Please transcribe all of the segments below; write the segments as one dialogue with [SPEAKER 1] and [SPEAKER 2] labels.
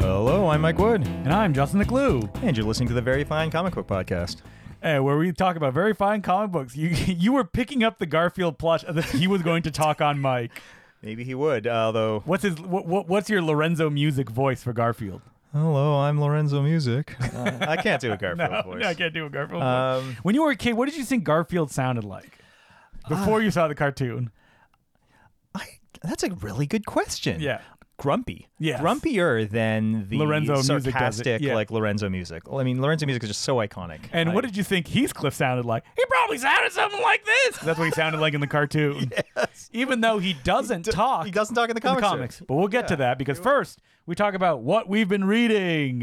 [SPEAKER 1] I'm Mike Wood,
[SPEAKER 2] And I'm Justin the Glue.
[SPEAKER 1] and you're listening to the Very Fine Comic Book Podcast.
[SPEAKER 2] Hey, where we talk about very fine comic books. You you were picking up the Garfield plush that he was going to talk on Mike.
[SPEAKER 1] Maybe he would, although.
[SPEAKER 2] What's his what, what what's your Lorenzo music voice for Garfield?
[SPEAKER 1] Hello, I'm Lorenzo Music. Uh, I can't do a Garfield
[SPEAKER 2] No,
[SPEAKER 1] voice.
[SPEAKER 2] no, I can't do a Garfield.
[SPEAKER 1] Um,
[SPEAKER 2] voice. When you were a kid, what did you think Garfield sounded like before
[SPEAKER 1] Uh,
[SPEAKER 2] you saw the cartoon?
[SPEAKER 1] I- that's a really good question.
[SPEAKER 2] Yeah.
[SPEAKER 1] Grumpy.
[SPEAKER 2] Yes.
[SPEAKER 1] Grumpier than the
[SPEAKER 2] Lorenzo Music does it,
[SPEAKER 1] sarcastic,
[SPEAKER 2] yeah.
[SPEAKER 1] like Lorenzo Music. Well, I mean, Lorenzo Music is just so iconic.
[SPEAKER 2] And
[SPEAKER 1] I-
[SPEAKER 2] what did you think Heathcliff sounded like? He probably sounded something like this. That's what he sounded like in the cartoon. Even though he doesn't talk.
[SPEAKER 1] He doesn't talk in the
[SPEAKER 2] in
[SPEAKER 1] comics.
[SPEAKER 2] the comics. But we'll get to that because first we talk about what we've been reading.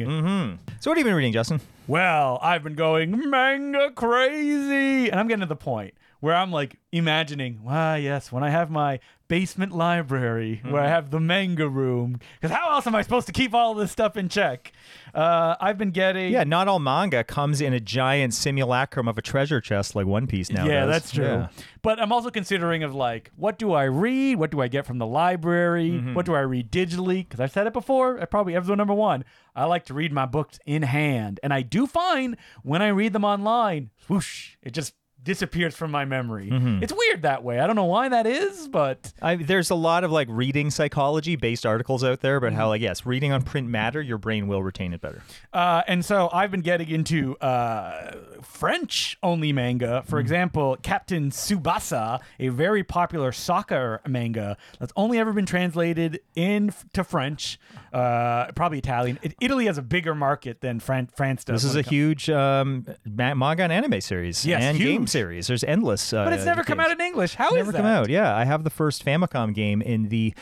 [SPEAKER 1] So, what have you been reading, Justin?
[SPEAKER 2] Well, I've been going manga crazy, and I'm getting to the point where I'm like imagining, ah, yes, when I have my basement library where I have the manga room, because how else am I supposed to keep all this stuff in check? Uh, I've been getting
[SPEAKER 1] Yeah, not all manga comes in a giant simulacrum of a treasure chest like One Piece now.
[SPEAKER 2] Yeah,
[SPEAKER 1] does.
[SPEAKER 2] that's true.
[SPEAKER 1] Yeah.
[SPEAKER 2] But I'm also considering of like, what do I read? What do I get from the library? What do I read digitally? Because I've said it before, I probably episode number one. I like to read my books in hand, and I do find when I read them online, whoosh, it just disappears from my memory. It's weird that way. I don't know why that is, but
[SPEAKER 1] I, there's a lot of like reading psychology based articles out there about
[SPEAKER 2] Mm-hmm.
[SPEAKER 1] how like yes, reading on print matter, your brain will retain it better.
[SPEAKER 2] Uh, and so I've been getting into uh, French only manga.
[SPEAKER 1] Hmm.
[SPEAKER 2] For example, Captain Tsubasa, a very popular soccer manga that's only ever been translated into French, uh, probably Italian. It, Italy has a bigger market than Fran- France does.
[SPEAKER 1] This is a
[SPEAKER 2] when it comes-
[SPEAKER 1] huge um, ma- manga and anime series
[SPEAKER 2] Yes,
[SPEAKER 1] and game
[SPEAKER 2] huge.
[SPEAKER 1] series. There's endless. Uh,
[SPEAKER 2] But it's never come
[SPEAKER 1] games.
[SPEAKER 2] out in English. How is
[SPEAKER 1] never come
[SPEAKER 2] that?
[SPEAKER 1] out. Yeah, I have the first Famicom game in the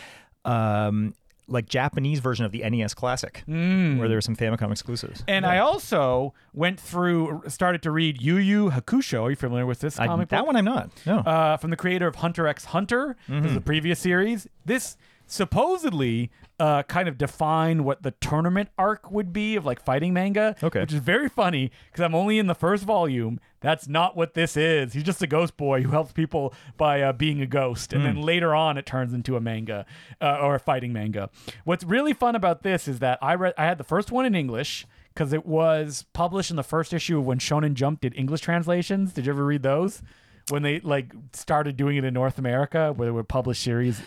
[SPEAKER 1] um, like Japanese version of the NES Classic, where there were some Famicom exclusives.
[SPEAKER 2] Mm. And I also went through, started to read Yu Yu Hakusho. Are you familiar with this
[SPEAKER 1] I-
[SPEAKER 2] comic book?
[SPEAKER 1] that one I'm not. No.
[SPEAKER 2] uh, from the creator of Hunter x Hunter, this is the previous series. This supposedly uh, kind of define what the tournament arc would be of like fighting manga,
[SPEAKER 1] Okay.
[SPEAKER 2] which is very funny because I'm only in the first volume. That's not what this is. He's just a ghost boy who helps people by uh, being a ghost, and then later on it turns into a manga uh, or a fighting manga. What's really fun about this is that I read I had the first one in English. Because it was published in the first issue of when Shonen Jump did English translations. Did you ever read those? when they like started doing it in North America, where they would publish series.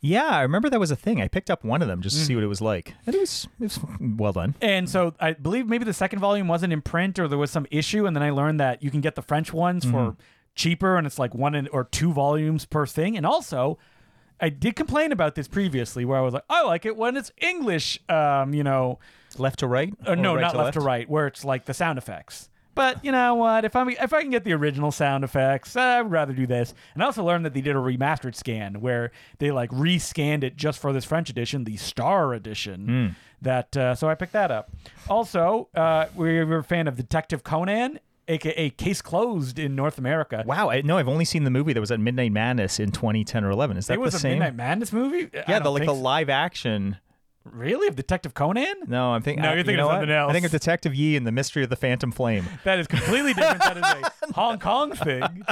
[SPEAKER 1] yeah, I remember that was a thing. I picked up one of them just to
[SPEAKER 2] Mm.
[SPEAKER 1] see what it was like. And it was, it was well done.
[SPEAKER 2] And so I believe maybe the second volume wasn't in print, or there was some issue, and then I learned that you can get the French ones for cheaper, and it's like one in, or two volumes per thing. And also, I did complain about this previously, where I was like, I like it when it's English, um, you know,
[SPEAKER 1] Left to right?
[SPEAKER 2] or Uh, no, not left, to right, where it's like the sound effects. But you know what? If I am if I can get the original sound effects, I'd rather do this. And I also learned that they did a remastered scan where they like re-scanned it just for this French edition, the Star edition.
[SPEAKER 1] Hmm.
[SPEAKER 2] That uh, so I picked that up. Also, uh, we were a fan of Detective Conan, aka Case Closed in North America.
[SPEAKER 1] Wow, I, no, I've only seen the movie that was at Midnight Madness in 2010 or 11. Is that
[SPEAKER 2] It was
[SPEAKER 1] the
[SPEAKER 2] a
[SPEAKER 1] same?
[SPEAKER 2] Midnight Madness movie. I
[SPEAKER 1] yeah, the
[SPEAKER 2] don't
[SPEAKER 1] like
[SPEAKER 2] think
[SPEAKER 1] the
[SPEAKER 2] so.
[SPEAKER 1] live action.
[SPEAKER 2] really of Detective Conan.
[SPEAKER 1] No, I'm thinking.
[SPEAKER 2] No,
[SPEAKER 1] I-
[SPEAKER 2] you're
[SPEAKER 1] you
[SPEAKER 2] thinking
[SPEAKER 1] know
[SPEAKER 2] of
[SPEAKER 1] what?
[SPEAKER 2] something
[SPEAKER 1] I think
[SPEAKER 2] else.
[SPEAKER 1] of Detective Yee and the Mystery of the Phantom Flame.
[SPEAKER 2] That is completely different. that is a Hong Kong thing.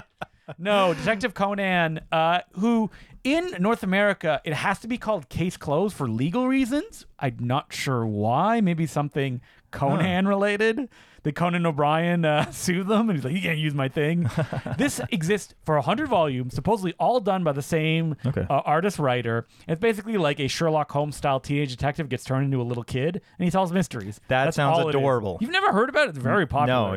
[SPEAKER 2] No, Detective Conan, uh, who in North America, it has to be called case closed for legal reasons. I'm not sure why. Maybe something Conan related. That Conan O'Brien uh, sued them and he's like, you can't use my thing. this exists for 100 volumes, supposedly all done by the same
[SPEAKER 1] Okay.
[SPEAKER 2] uh, artist writer. It's basically like a Sherlock Holmes style teenage detective gets turned into a little kid and he solves mysteries.
[SPEAKER 1] That
[SPEAKER 2] That's
[SPEAKER 1] sounds
[SPEAKER 2] all it is.
[SPEAKER 1] adorable.
[SPEAKER 2] You've never heard about it? It's very popular.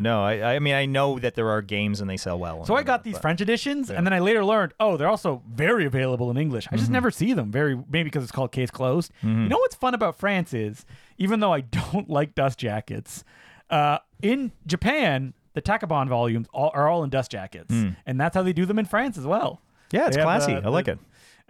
[SPEAKER 1] No, no. I, I mean, I know that there are games and they sell well.
[SPEAKER 2] So I got these French editions, and then I later learned, oh, they're also very available in English. I
[SPEAKER 1] Mm-hmm.
[SPEAKER 2] just never see them. Very maybe because it's called case closed. You know what's fun about France is, even though I don't like dust jackets, uh, in Japan the Takabon volumes all, are all in dust jackets, and that's how they do them in France as well.
[SPEAKER 1] Yeah, it's
[SPEAKER 2] They have,
[SPEAKER 1] Mm. classy.
[SPEAKER 2] uh,
[SPEAKER 1] I like
[SPEAKER 2] the-
[SPEAKER 1] it.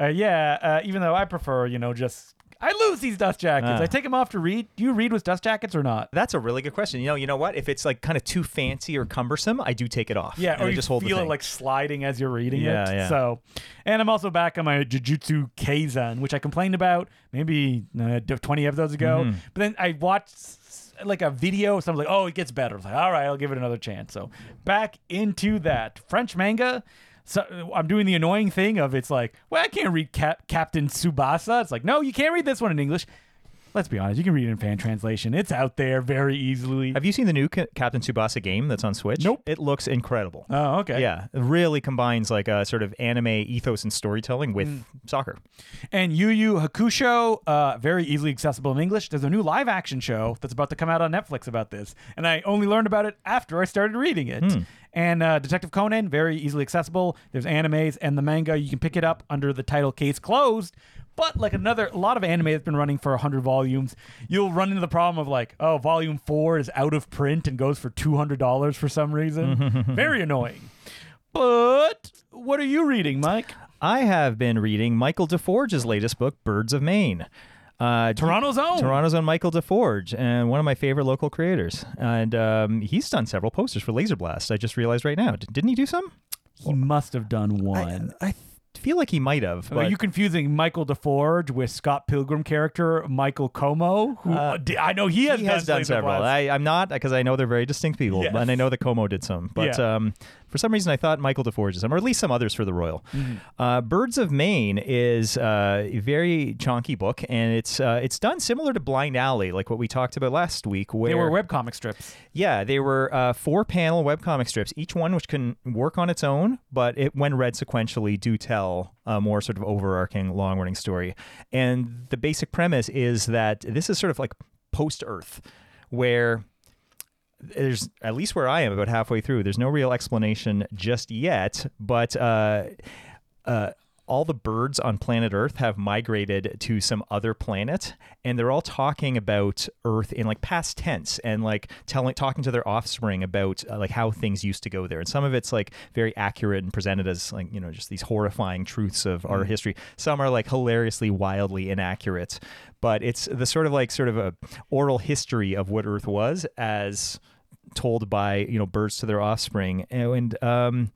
[SPEAKER 2] Uh, yeah, uh, even though I prefer, you know, just I lose these dust jackets.
[SPEAKER 1] Ah.
[SPEAKER 2] I take them off to read. Do you read with dust jackets or not?
[SPEAKER 1] That's a really good question. You know, you know what? If it's like kind of too fancy or cumbersome, I do take it off.
[SPEAKER 2] Yeah,
[SPEAKER 1] and
[SPEAKER 2] or
[SPEAKER 1] I
[SPEAKER 2] you
[SPEAKER 1] just
[SPEAKER 2] just
[SPEAKER 1] hold the
[SPEAKER 2] feel it
[SPEAKER 1] thing.
[SPEAKER 2] like sliding as you're reading
[SPEAKER 1] Yeah,
[SPEAKER 2] it.
[SPEAKER 1] yeah.
[SPEAKER 2] So, and I'm also back on my Jujutsu Kaisen, which I complained about maybe uh, d- 20 episodes ago.
[SPEAKER 1] Mm-hmm.
[SPEAKER 2] But then I watched s- like a video. So I'm like, oh, it gets better. I was like, all right, I'll give it another chance. So back into that French manga. So uh, I'm doing the annoying thing of it's like, well, I can't read Cap- Captain Tsubasa. It's like, no, you can't read this one in English. let's be honest, you can read it in fan translation. It's out there very easily.
[SPEAKER 1] Have you seen the new Ca- Captain Tsubasa game that's on Switch?
[SPEAKER 2] Nope.
[SPEAKER 1] It looks incredible.
[SPEAKER 2] Oh, okay.
[SPEAKER 1] Yeah, it really combines like a sort of anime ethos and storytelling with
[SPEAKER 2] Mm.
[SPEAKER 1] soccer.
[SPEAKER 2] And Yu Yu Hakusho, uh, very easily accessible in English. There's a new live action show that's about to come out on Netflix about this. And I only learned about it after I started reading it. And uh, Detective Conan, very easily accessible. There's animes and the manga. You can pick it up under the title Case Closed. But like another, a lot of anime that's been running for 100 volumes, you'll run into the problem of like, oh, volume four is out of print and goes for $200 for some reason. very annoying. But what are you reading, Mike?
[SPEAKER 1] I have been reading Michael DeForge's latest book, Birds of Maine. Uh,
[SPEAKER 2] Toronto's own.
[SPEAKER 1] Toronto's own Michael DeForge, and one of my favorite local creators. And um, he's done several posters for Laser Blast. I just realized right now. D- didn't he do some?
[SPEAKER 2] He must have done one.
[SPEAKER 1] I feel like he might have.
[SPEAKER 2] Are
[SPEAKER 1] But
[SPEAKER 2] you confusing Michael DeForge with Scott Pilgrim character Michael Como? Who uh, di- I know he has
[SPEAKER 1] Uh, he
[SPEAKER 2] done,
[SPEAKER 1] has done
[SPEAKER 2] Blades of
[SPEAKER 1] several.
[SPEAKER 2] Glass.
[SPEAKER 1] I, I'm not because I know they're very distinct people,
[SPEAKER 2] Yes.
[SPEAKER 1] and I know that Como did some. But
[SPEAKER 2] Yeah.
[SPEAKER 1] um, for some reason, I thought Michael DeForge did some, or at least some others for the Royal.
[SPEAKER 2] Mm-hmm.
[SPEAKER 1] Uh, Birds of Maine is uh, a very chonky book, and it's uh, it's done similar to Blind Alley, like what we talked about last week. Where
[SPEAKER 2] they were webcomic strips.
[SPEAKER 1] Yeah, they were uh, four panel webcomic strips, each one which can work on its own, but it, when read sequentially, do tell a more sort of overarching, long running story. And the basic premise is that this is sort of like post Earth, where there's at least where I am about halfway through. There's no real explanation just yet, but uh, uh, all the birds on planet Earth have migrated to some other planet, and they're all talking about Earth in like past tense and like telling talking to their offspring about uh, like how things used to go there. And some of it's like very accurate and presented as like you know just these horrifying truths of our history. Some are like hilariously wildly inaccurate, but it's the sort of like sort of a oral history of what Earth was as told by you know birds to their offspring and um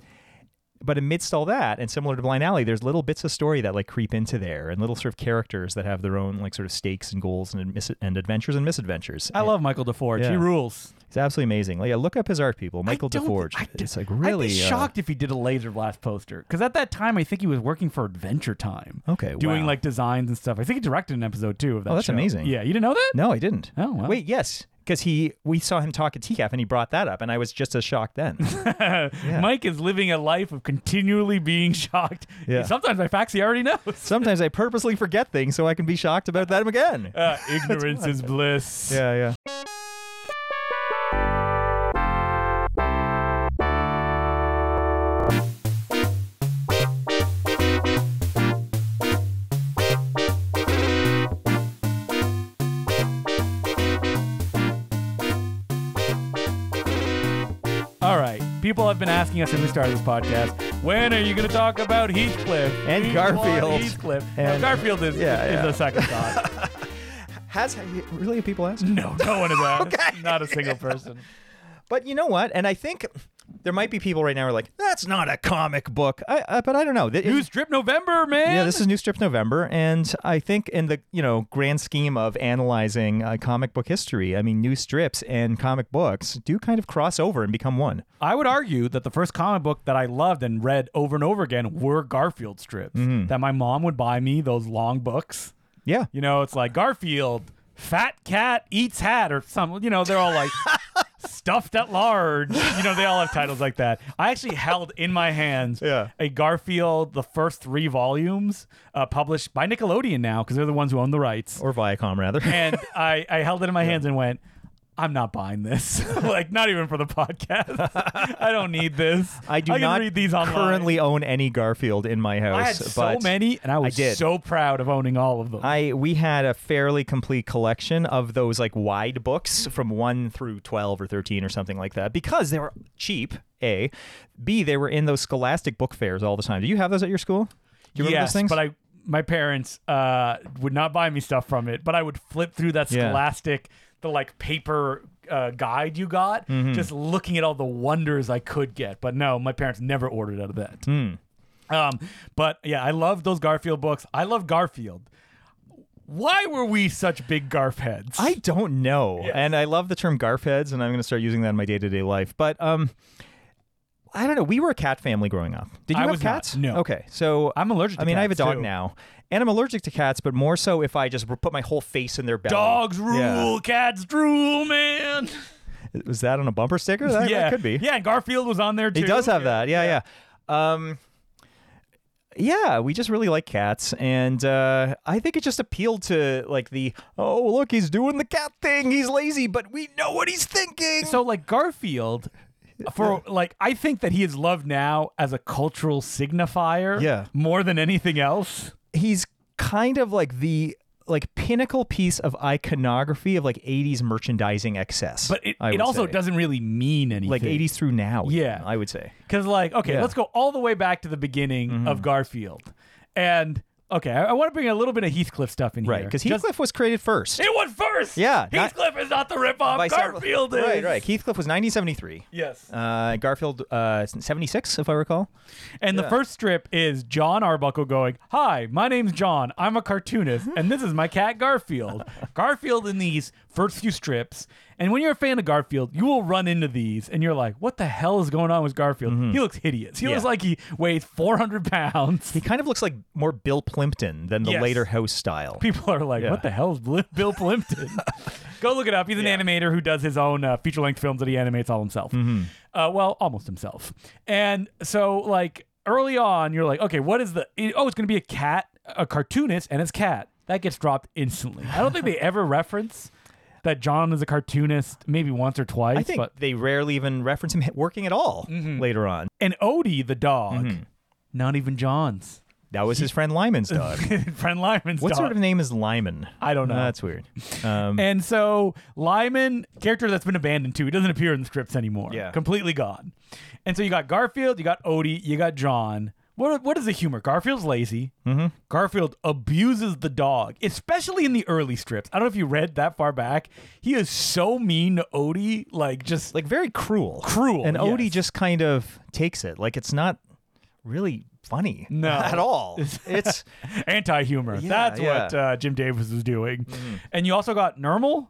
[SPEAKER 1] but amidst all that and similar to blind alley there's little bits of story that like creep into there and little sort of characters that have their own like sort of stakes and goals and mis- and adventures and misadventures
[SPEAKER 2] I love Michael DeForge. He
[SPEAKER 1] Yeah.
[SPEAKER 2] rules.
[SPEAKER 1] it's absolutely amazing like yeah, look up his art people michael
[SPEAKER 2] I don't-
[SPEAKER 1] deforge
[SPEAKER 2] I d-
[SPEAKER 1] it's like
[SPEAKER 2] I'd
[SPEAKER 1] really
[SPEAKER 2] be
[SPEAKER 1] uh,
[SPEAKER 2] shocked if he did a Laser Blast poster because at that time I think he was working for Adventure Time,
[SPEAKER 1] okay
[SPEAKER 2] doing
[SPEAKER 1] wow.
[SPEAKER 2] like designs and stuff. I think he directed an episode too of that.
[SPEAKER 1] Oh, that's
[SPEAKER 2] show.
[SPEAKER 1] amazing.
[SPEAKER 2] Yeah, you didn't know that?
[SPEAKER 1] no i didn't
[SPEAKER 2] Oh, wow.
[SPEAKER 1] wait yes because he we saw him talk at tcaf and he brought that up and i was just as shocked then
[SPEAKER 2] Mike is living a life of continually being shocked.
[SPEAKER 1] Yeah.
[SPEAKER 2] Sometimes by facts he already knows.
[SPEAKER 1] sometimes i purposely forget things so i can be shocked about them again
[SPEAKER 2] Uh, ignorance is bliss.
[SPEAKER 1] yeah yeah
[SPEAKER 2] All right. People have been asking us since we started this podcast, when are you going to talk about Heathcliff?
[SPEAKER 1] And
[SPEAKER 2] We
[SPEAKER 1] Garfield.
[SPEAKER 2] want Heathcliff.
[SPEAKER 1] And-
[SPEAKER 2] now, Garfield is,
[SPEAKER 1] Yeah,
[SPEAKER 2] is
[SPEAKER 1] yeah.
[SPEAKER 2] a second thought.
[SPEAKER 1] Has really people ask?
[SPEAKER 2] no, no one is asked. Not a single person.
[SPEAKER 1] But you know what? And I think there might be people right now who are like, "That's not a comic book." I, I but I don't know. Th-
[SPEAKER 2] New strip November, man.
[SPEAKER 1] yeah, this is New Strip November, and I think in the you know grand scheme of analyzing uh, comic book history, I mean, new strips and comic books do kind of cross over and become one.
[SPEAKER 2] I would argue that the first comic book that I loved and read over and over again were Garfield strips.
[SPEAKER 1] Mm-hmm.
[SPEAKER 2] That my mom would buy me those long books.
[SPEAKER 1] Yeah,
[SPEAKER 2] You know, it's like Garfield, fat cat eats hat, or some. You know, they're all like stuffed at large. You know, they all have titles like that. I actually held in my hands
[SPEAKER 1] Yeah.
[SPEAKER 2] a Garfield, the first three volumes, uh, published by Nickelodeon now because they're the ones who own the rights.
[SPEAKER 1] or Viacom rather.
[SPEAKER 2] And I, I held it in my hands and went. I'm not buying this. like, not even for the podcast. I don't need this.
[SPEAKER 1] I do
[SPEAKER 2] I can
[SPEAKER 1] not
[SPEAKER 2] read these online.
[SPEAKER 1] currently own any Garfield in my house.
[SPEAKER 2] I had so
[SPEAKER 1] but
[SPEAKER 2] many, and I was
[SPEAKER 1] did.
[SPEAKER 2] so proud of owning all of them.
[SPEAKER 1] I we had a fairly complete collection of those like wide books from one through twelve or thirteen or something like that because they were cheap. A, B, they were in those Scholastic book fairs all the time. Do you have those at your school? Do you remember
[SPEAKER 2] yes,
[SPEAKER 1] those things?
[SPEAKER 2] but I my parents uh, would not buy me stuff from it, but I would flip through that
[SPEAKER 1] Yeah.
[SPEAKER 2] Scholastic, the like paper uh, guide you got,
[SPEAKER 1] Mm-hmm.
[SPEAKER 2] just looking at all the wonders I could get. But no, my parents never ordered out of that.
[SPEAKER 1] Hmm.
[SPEAKER 2] Um, but yeah, I love those Garfield books. I love Garfield. Why were we such big Garf heads?
[SPEAKER 1] I don't know. And I love the term garf heads, and I'm going to start using that in my day to day life. But um, I don't know. We were a cat family growing up. Did you
[SPEAKER 2] I
[SPEAKER 1] have
[SPEAKER 2] was not,
[SPEAKER 1] cats?
[SPEAKER 2] no.
[SPEAKER 1] Okay, so
[SPEAKER 2] I'm allergic to
[SPEAKER 1] I mean, I have a
[SPEAKER 2] cats,
[SPEAKER 1] dog
[SPEAKER 2] too.
[SPEAKER 1] now, and I'm allergic to cats, but more so if I just put my whole face in their belly.
[SPEAKER 2] Dogs rule,
[SPEAKER 1] Yeah.
[SPEAKER 2] cats drool, man.
[SPEAKER 1] Was that on a bumper sticker? That, that
[SPEAKER 2] yeah,
[SPEAKER 1] could be.
[SPEAKER 2] Yeah, and Garfield was on there too.
[SPEAKER 1] He does have that. Yeah, yeah. Um, yeah, we just really like cats, and uh, I think it just appealed to like the oh look, he's doing the cat thing. He's lazy, but we know what he's thinking.
[SPEAKER 2] So like Garfield, for like I think that he is loved now as a cultural signifier.
[SPEAKER 1] Yeah.
[SPEAKER 2] more than anything else.
[SPEAKER 1] he's kind of like the like pinnacle piece of iconography of like 80s merchandising excess.
[SPEAKER 2] But it,
[SPEAKER 1] I
[SPEAKER 2] it
[SPEAKER 1] would
[SPEAKER 2] also
[SPEAKER 1] say.
[SPEAKER 2] doesn't really mean anything.
[SPEAKER 1] like 80s through now. even,
[SPEAKER 2] Yeah.
[SPEAKER 1] I would say.
[SPEAKER 2] Because, like, okay,
[SPEAKER 1] Yeah. Mm-hmm.
[SPEAKER 2] let's go all the way back to the beginning of Garfield. And, okay, I, want to bring a little bit of Heathcliff stuff in
[SPEAKER 1] Right,
[SPEAKER 2] here.
[SPEAKER 1] because
[SPEAKER 2] Just-
[SPEAKER 1] Heathcliff was created first.
[SPEAKER 2] It was first!
[SPEAKER 1] Yeah, not-
[SPEAKER 2] Heathcliff is not the ripoff.
[SPEAKER 1] by several-
[SPEAKER 2] Garfield is.
[SPEAKER 1] Right, right. Heathcliff was 1973.
[SPEAKER 2] Yes.
[SPEAKER 1] Uh, Garfield, uh, 76, if I recall.
[SPEAKER 2] And the first strip is John Arbuckle going, Hi, my name's John. I'm a cartoonist, and this is my cat Garfield. Garfield in these first few strips. And when you're a fan of Garfield, you will run into these and you're like, What the hell is going on with Garfield? He looks hideous. He looks
[SPEAKER 1] Yeah.
[SPEAKER 2] like he weighs 400 pounds.
[SPEAKER 1] He kind of looks like more Bill Plimpton than the
[SPEAKER 2] Yes.
[SPEAKER 1] later house style.
[SPEAKER 2] people are like,
[SPEAKER 1] Yeah.
[SPEAKER 2] "What the hell is Bl- Bill Plimpton?" Go look it up. He's an animator who does his own uh, feature-length films that he animates all himself.
[SPEAKER 1] Mm-hmm.
[SPEAKER 2] Uh, well, almost himself. And so, like early on, you're like, "Okay, what is the? it- oh, it's going to be a cat, a cartoonist, and his cat." That gets dropped instantly. I don't think they ever reference that John is a cartoonist, maybe once or twice.
[SPEAKER 1] I think
[SPEAKER 2] but
[SPEAKER 1] they rarely even reference him working at all
[SPEAKER 2] Mm-hmm.
[SPEAKER 1] later on.
[SPEAKER 2] and Odie the dog,
[SPEAKER 1] Mm-hmm.
[SPEAKER 2] not even John's
[SPEAKER 1] That was his friend Lyman's dog.
[SPEAKER 2] friend Lyman's
[SPEAKER 1] what
[SPEAKER 2] dog.
[SPEAKER 1] sort of name is Lyman?
[SPEAKER 2] I don't know.
[SPEAKER 1] That's weird. Um,
[SPEAKER 2] And so Lyman, character that's been abandoned too, he doesn't appear in the scripts anymore.
[SPEAKER 1] Yeah.
[SPEAKER 2] Completely gone. And so you got Garfield, you got Odie, you got John. What, what is the humor? Garfield's lazy. Mm-hmm. Garfield abuses the dog, especially in the early strips. I don't know if you read that far back. He is so mean to Odie, like just
[SPEAKER 1] like very cruel.
[SPEAKER 2] Cruel,
[SPEAKER 1] And Odie
[SPEAKER 2] yes.
[SPEAKER 1] just kind of takes it. Like it's not really funny
[SPEAKER 2] No.
[SPEAKER 1] at all. It's
[SPEAKER 2] anti humor.
[SPEAKER 1] Yeah,
[SPEAKER 2] That's
[SPEAKER 1] yeah. Mm-hmm.
[SPEAKER 2] what uh, Jim Davis was doing. And you also got Nermal.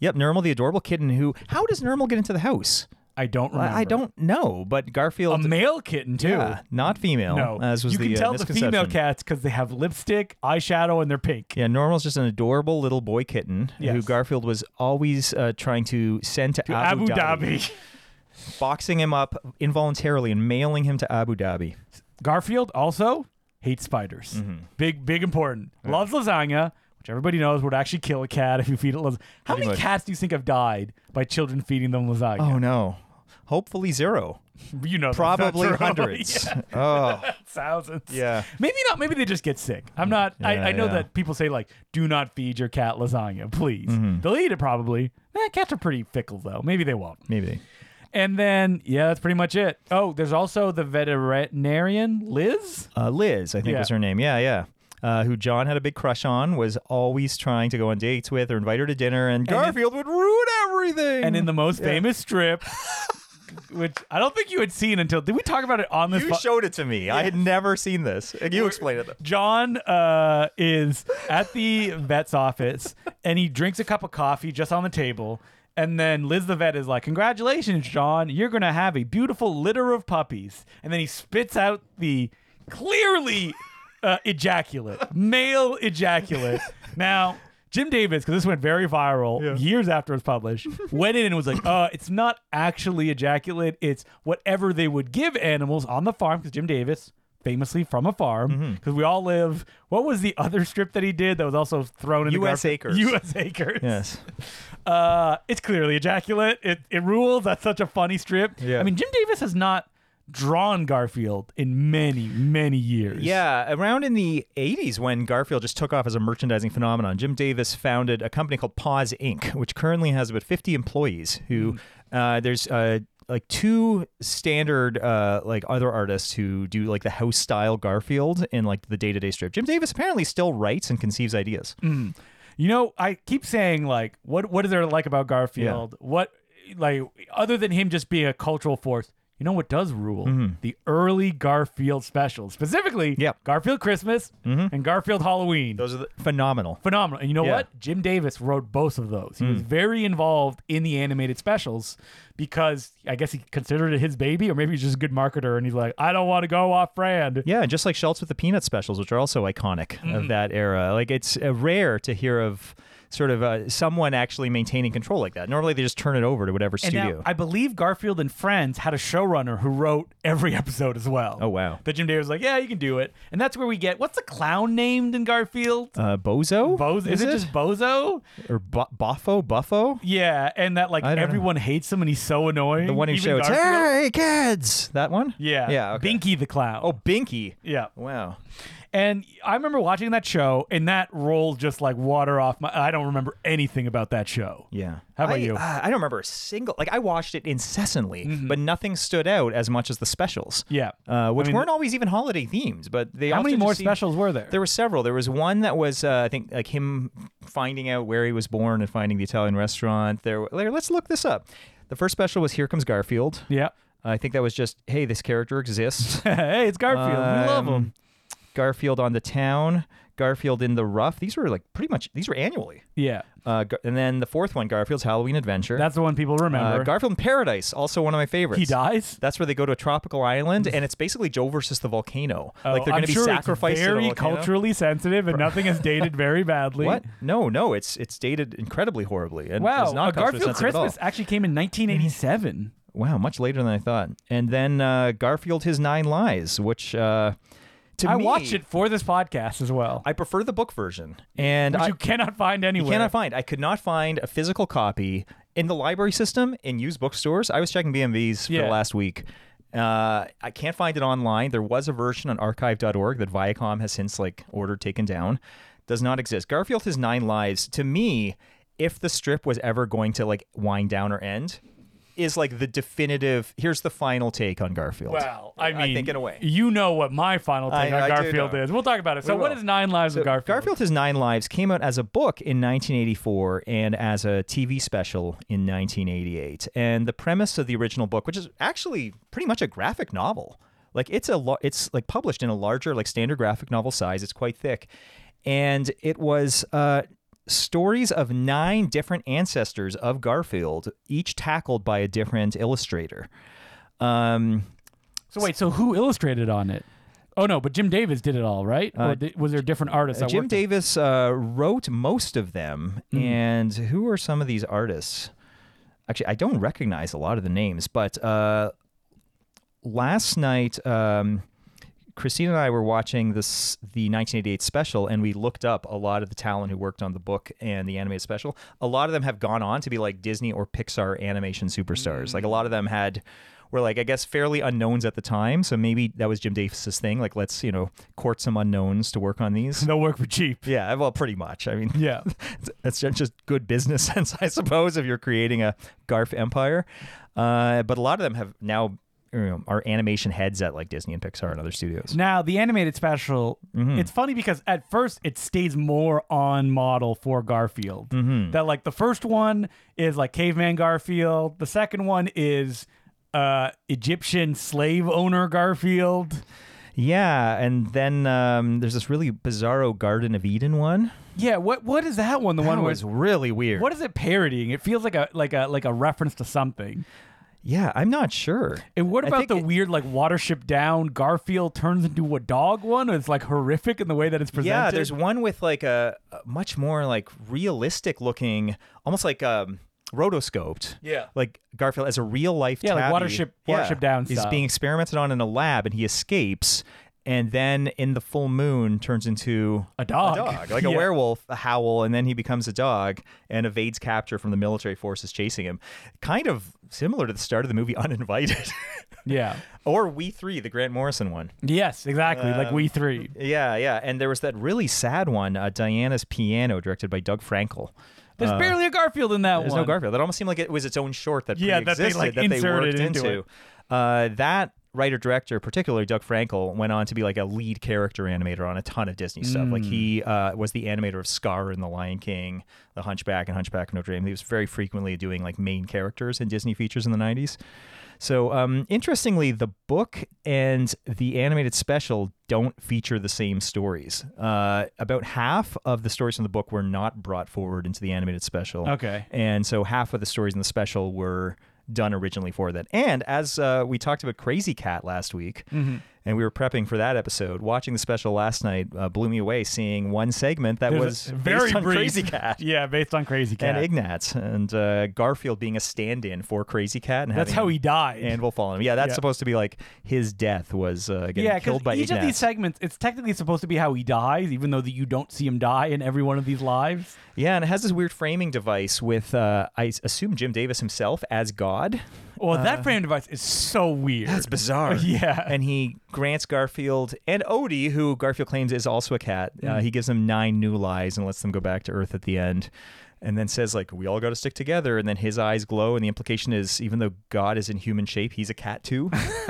[SPEAKER 1] yep, Normal the adorable kitten who how does Normal get into the house?
[SPEAKER 2] I don't remember.
[SPEAKER 1] I, I don't know, but
[SPEAKER 2] A
[SPEAKER 1] Garfield
[SPEAKER 2] male kitten too.
[SPEAKER 1] yeah, not female
[SPEAKER 2] No,
[SPEAKER 1] as was
[SPEAKER 2] you
[SPEAKER 1] the
[SPEAKER 2] can
[SPEAKER 1] uh,
[SPEAKER 2] tell the
[SPEAKER 1] misconception.
[SPEAKER 2] female cats because they have lipstick, eyeshadow, and they're pink.
[SPEAKER 1] Yeah, Normal's just an adorable little boy kitten who
[SPEAKER 2] Yes.
[SPEAKER 1] Garfield was always uh, trying to send to,
[SPEAKER 2] Abu, Dhabi.
[SPEAKER 1] boxing him up involuntarily and mailing him to Abu Dhabi.
[SPEAKER 2] Garfield also hates spiders.
[SPEAKER 1] Mm-hmm.
[SPEAKER 2] Big, big important. Loves lasagna, which everybody knows would actually kill a cat if you feed it lasagna. How
[SPEAKER 1] Pretty
[SPEAKER 2] many
[SPEAKER 1] much.
[SPEAKER 2] cats do you think have died by children feeding them lasagna?
[SPEAKER 1] Oh no. Hopefully zero.
[SPEAKER 2] you know, that's not
[SPEAKER 1] Oh, Probably
[SPEAKER 2] true.
[SPEAKER 1] hundreds.
[SPEAKER 2] Yeah,
[SPEAKER 1] Oh.
[SPEAKER 2] thousands.
[SPEAKER 1] Yeah. Mm,
[SPEAKER 2] Maybe not. Maybe they just get sick. I'm not. I,
[SPEAKER 1] Yeah,
[SPEAKER 2] I know
[SPEAKER 1] yeah.
[SPEAKER 2] that people say like, "Do not feed your cat lasagna, please."
[SPEAKER 1] Mm-hmm.
[SPEAKER 2] They'll eat it probably. Eh, cats are pretty fickle though. Maybe they won't.
[SPEAKER 1] Maybe.
[SPEAKER 2] And then, yeah, that's pretty much it. Oh, there's also the veterinarian, Liz.
[SPEAKER 1] Uh, Liz, I think
[SPEAKER 2] Yeah.
[SPEAKER 1] was her name. Yeah, yeah. Uh, who John had a big crush on, was always trying to go on dates with or invite her to dinner, and, Garfield would ruin everything.
[SPEAKER 2] And in the most famous strip, which I don't think you had seen until. Did we talk about it on this?
[SPEAKER 1] you
[SPEAKER 2] po-
[SPEAKER 1] showed it to me. I had never seen this. And you explained it. Though.
[SPEAKER 2] John uh, is at the vet's office and he drinks a cup of coffee just on the table. And then Liz the vet is like, Congratulations, John. You're going to have a beautiful litter of puppies. And then he spits out the clearly uh, ejaculate, male ejaculate. Now, Jim Davis, because this went very viral years after it was published, went in and was like, uh, it's not actually ejaculate. It's whatever they would give animals on the farm, because Jim Davis, famously from a farm
[SPEAKER 1] Mm-hmm.
[SPEAKER 2] because we all live. What was the other strip that he did that was also thrown in
[SPEAKER 1] US
[SPEAKER 2] the
[SPEAKER 1] Acres.
[SPEAKER 2] U.S. Acres.
[SPEAKER 1] Yes.
[SPEAKER 2] Uh, it's clearly ejaculate. It it rules. That's such a funny strip.
[SPEAKER 1] Yeah.
[SPEAKER 2] I mean, Jim Davis has not drawn Garfield in many many years.
[SPEAKER 1] Yeah, around in the 80s when Garfield just took off as a merchandising phenomenon, Jim Davis founded a company called Paws Inc., which currently has about 50 employees who uh, there's uh, like two standard uh, like other artists who do like the house style Garfield and like the day-to-day strip. Jim Davis apparently still writes and conceives ideas.
[SPEAKER 2] You know, I keep saying like, what what is there to like about Garfield? What like other than him just being a cultural force? You know what does rule?
[SPEAKER 1] Mm-hmm.
[SPEAKER 2] The early Garfield specials, specifically
[SPEAKER 1] Yep.
[SPEAKER 2] Garfield Christmas and Garfield Halloween.
[SPEAKER 1] Those are the, phenomenal.
[SPEAKER 2] phenomenal. And you know
[SPEAKER 1] Mm-hmm. Yeah. Mm.
[SPEAKER 2] what? Jim Davis wrote both of those. He was very involved in the animated specials because I guess he considered it his baby, or maybe he's just a good marketer and he's like, I don't want to go off brand.
[SPEAKER 1] Yeah, and just like Schultz with the peanut specials, which are also iconic
[SPEAKER 2] Mm-hmm.
[SPEAKER 1] of that era. Like it's uh, rare to hear of sort of uh, someone actually maintaining control like that. Normally, they just turn it over to whatever
[SPEAKER 2] And
[SPEAKER 1] studio.
[SPEAKER 2] now, I believe Garfield and Friends had a showrunner who wrote every episode as well.
[SPEAKER 1] Oh, wow.
[SPEAKER 2] That Jim Day was like, yeah, you can do it, and that's where we get what's the clown named in Garfield?
[SPEAKER 1] uh, Bozo,
[SPEAKER 2] Bozo? Is, it, just Bozo?
[SPEAKER 1] or Bo- Boffo, Buffo?
[SPEAKER 2] Yeah, and that like
[SPEAKER 1] I don't know.
[SPEAKER 2] everyone hates him and he's so annoying.
[SPEAKER 1] The one who
[SPEAKER 2] Even
[SPEAKER 1] shouts,
[SPEAKER 2] Garfield.
[SPEAKER 1] "Hey kids!" That one.
[SPEAKER 2] Yeah,
[SPEAKER 1] Yeah. Okay.
[SPEAKER 2] Binky the clown.
[SPEAKER 1] Oh, Binky.
[SPEAKER 2] yeah.
[SPEAKER 1] Wow.
[SPEAKER 2] And I remember watching that show, and that rolled just like water off my. I don't remember anything about that show.
[SPEAKER 1] Yeah.
[SPEAKER 2] How about
[SPEAKER 1] I,
[SPEAKER 2] you? Mm-hmm.
[SPEAKER 1] Uh, I don't remember a single. Like I watched it incessantly, but nothing stood out as much as the specials.
[SPEAKER 2] Yeah.
[SPEAKER 1] Uh, which
[SPEAKER 2] I mean,
[SPEAKER 1] weren't always even holiday themes, but they.
[SPEAKER 2] How
[SPEAKER 1] often
[SPEAKER 2] many
[SPEAKER 1] just
[SPEAKER 2] more
[SPEAKER 1] seemed-
[SPEAKER 2] specials were there?
[SPEAKER 1] There were several. There was one that was, uh, I think, like him finding out where he was born and finding the Italian restaurant. There, there- let's look this up. The first special was "Here Comes Garfield."
[SPEAKER 2] yeah.
[SPEAKER 1] I think that was just, "Hey, this character exists."
[SPEAKER 2] hey, it's Garfield. we love him.
[SPEAKER 1] Um, Garfield on the town. Garfield in the rough. These were like pretty much these were annually.
[SPEAKER 2] Yeah.
[SPEAKER 1] Uh, Gar- and then the fourth one, Garfield's Halloween Adventure.
[SPEAKER 2] That's the one people remember.
[SPEAKER 1] uh, Garfield in Paradise, also one of my favorites.
[SPEAKER 2] he dies.
[SPEAKER 1] That's where they go to a tropical island, and it's basically Joe versus the volcano. like they're
[SPEAKER 2] Oh,
[SPEAKER 1] going
[SPEAKER 2] I'm
[SPEAKER 1] to be
[SPEAKER 2] sure it's
[SPEAKER 1] sacrificed. to the
[SPEAKER 2] Very
[SPEAKER 1] volcano.
[SPEAKER 2] culturally sensitive, and nothing is dated very badly.
[SPEAKER 1] What? No, no. It's it's dated incredibly horribly. And
[SPEAKER 2] Wow.
[SPEAKER 1] it's not
[SPEAKER 2] a
[SPEAKER 1] culturally
[SPEAKER 2] Garfield
[SPEAKER 1] sensitive at all.
[SPEAKER 2] Christmas actually came in 1987.
[SPEAKER 1] Wow, much later than I thought. And then uh, Garfield, his Nine Lies, which uh, to
[SPEAKER 2] I
[SPEAKER 1] me,
[SPEAKER 2] watched it for this podcast as well,
[SPEAKER 1] I prefer the book version, and
[SPEAKER 2] which
[SPEAKER 1] I,
[SPEAKER 2] you cannot find anywhere.
[SPEAKER 1] You cannot find. I could not find a physical copy in the library system in used bookstores. I was checking BMVs for
[SPEAKER 2] Yeah.
[SPEAKER 1] the last week. Uh, I can't find it online. There was a version on archive.org that Viacom has since like ordered taken down. Does not exist. Garfield has nine lives. To me, if the strip was ever going to like wind down or end, is like the definitive. Here's the final take on Garfield.
[SPEAKER 2] Well, I mean,
[SPEAKER 1] I think in a way.
[SPEAKER 2] you know what my final
[SPEAKER 1] I-
[SPEAKER 2] take on
[SPEAKER 1] I do
[SPEAKER 2] Garfield
[SPEAKER 1] know.
[SPEAKER 2] is. We'll talk about it. So,
[SPEAKER 1] We
[SPEAKER 2] what
[SPEAKER 1] will.
[SPEAKER 2] is Nine Lives
[SPEAKER 1] So
[SPEAKER 2] of Garfield?
[SPEAKER 1] Garfield Has Nine Lives came out as a book in 1984 and as a TV special in 1988. And the premise of the original book, which is actually pretty much a graphic novel, like it's a lo- it's like published in a larger like standard graphic novel size. It's quite thick, and it was. Uh, Stories of nine different ancestors of Garfield, each tackled by a different illustrator. Um,
[SPEAKER 2] So wait, so who illustrated on it? Oh no, but Jim Davis did it all, right? or did, was there Hmm. different artists? that
[SPEAKER 1] Uh, Jim
[SPEAKER 2] worked on-
[SPEAKER 1] Davis uh, wrote most of them, and who are some of these artists? Actually, I don't recognize a lot of the names, but uh, last night, um, Christine and I were watching this the 1988 special, and we looked up a lot of the talent who worked on the book and the animated special. A lot of them have gone on to be like Disney or Pixar animation superstars. Like a lot of them had were like I guess fairly unknowns at the time, so maybe that was Jim Davis's thing. Like let's you know court some unknowns to work on these.
[SPEAKER 2] They'll work for cheap.
[SPEAKER 1] Yeah, well, pretty much. I mean,
[SPEAKER 2] Yeah.
[SPEAKER 1] that's ju- just good business sense, I suppose, if you're creating a Garf empire. Uh, but a lot of them have now you know, are animation heads at like Disney and Pixar and other studios.
[SPEAKER 2] Now the animated special, it's funny because at first it stays more on model for Garfield. That like the first one is like caveman Garfield. The second one is uh Egyptian slave owner Garfield.
[SPEAKER 1] Yeah, and then um, there's this really bizarro Garden of Eden one.
[SPEAKER 2] Yeah, what what is that one? The
[SPEAKER 1] That
[SPEAKER 2] one where
[SPEAKER 1] was really weird.
[SPEAKER 2] what is it parodying? It feels like a like a like a reference to something.
[SPEAKER 1] Yeah, I'm not sure.
[SPEAKER 2] And what
[SPEAKER 1] I
[SPEAKER 2] about
[SPEAKER 1] think
[SPEAKER 2] the
[SPEAKER 1] it-
[SPEAKER 2] weird like Watership Down Garfield turns into a dog one? It's like horrific in the way that it's presented.
[SPEAKER 1] Yeah, there's one with like a, a much more like realistic looking, almost like um, rotoscoped.
[SPEAKER 2] Yeah.
[SPEAKER 1] like Garfield as a real life.
[SPEAKER 2] Yeah, like
[SPEAKER 1] tabby.
[SPEAKER 2] Watership- Watership Down
[SPEAKER 1] He's
[SPEAKER 2] style.
[SPEAKER 1] being experimented on in a lab, and he escapes, and then in the full moon turns into
[SPEAKER 2] a dog,
[SPEAKER 1] dog, like a
[SPEAKER 2] Yeah.
[SPEAKER 1] werewolf, a howl, and then he becomes a dog and evades capture from the military forces chasing him. Kind of similar to the start of the movie Uninvited,
[SPEAKER 2] Yeah.
[SPEAKER 1] or We Three, the Grant Morrison one.
[SPEAKER 2] Yes, exactly. like
[SPEAKER 1] Um,
[SPEAKER 2] we three.
[SPEAKER 1] Yeah, yeah, and there was that really sad one, uh, Diana's Piano, directed by Doug Frankel.
[SPEAKER 2] There's
[SPEAKER 1] uh,
[SPEAKER 2] barely a Garfield in that
[SPEAKER 1] There's
[SPEAKER 2] one.
[SPEAKER 1] no Garfield. That almost seemed like it was its own short that
[SPEAKER 2] Yeah, that they,
[SPEAKER 1] pre-existed,
[SPEAKER 2] like,
[SPEAKER 1] worked
[SPEAKER 2] inserted into it.
[SPEAKER 1] Uh, that writer director, particularly Doug Frankel, went on to be like a lead character animator on a ton of Disney stuff. Like he
[SPEAKER 2] Mm.
[SPEAKER 1] uh, was the animator of Scar in The Lion King, The Hunchback, and Hunchback of Notre Dame. He was very frequently doing like main characters in Disney features in the '90s. So um, interestingly, the book and the animated special don't feature the same stories. Uh, about half of the stories in the book were not brought forward into the animated special.
[SPEAKER 2] Okay.
[SPEAKER 1] And so half of the stories in the special were done originally for that. And as uh, we talked about Crazy Cat last week,
[SPEAKER 2] Mm-hmm.
[SPEAKER 1] and we were prepping for that episode, watching the special last night uh, blew me away. Seeing one segment that was
[SPEAKER 2] There's a-
[SPEAKER 1] very based on
[SPEAKER 2] brief-
[SPEAKER 1] Crazy Cat.
[SPEAKER 2] Yeah, based on Crazy Cat.
[SPEAKER 1] And Ignatz and uh, Garfield being a stand-in for Crazy Cat, and
[SPEAKER 2] That's
[SPEAKER 1] having
[SPEAKER 2] how he died.
[SPEAKER 1] Anvil fall on him. Yeah, that's
[SPEAKER 2] Yeah.
[SPEAKER 1] supposed to be like his death was uh, getting
[SPEAKER 2] yeah, because
[SPEAKER 1] killed by
[SPEAKER 2] each
[SPEAKER 1] Ignatz.
[SPEAKER 2] of these segments, it's technically supposed to be how he dies, even though that you don't see him die in every one of these lives.
[SPEAKER 1] Yeah, and it has this weird framing device with, uh, I s- assume, Jim Davis himself as God.
[SPEAKER 2] Well,
[SPEAKER 1] Uh,
[SPEAKER 2] that frame device is so weird.
[SPEAKER 1] bizarre.
[SPEAKER 2] Yeah.
[SPEAKER 1] And he grants Garfield and Odie, who Garfield claims is also a cat,
[SPEAKER 2] Mm.
[SPEAKER 1] uh, he gives them nine new lives and lets them go back to Earth at the end. And then says, like, we all got to stick together. And then his eyes glow. And the implication is, even though God is in human shape, he's a cat too.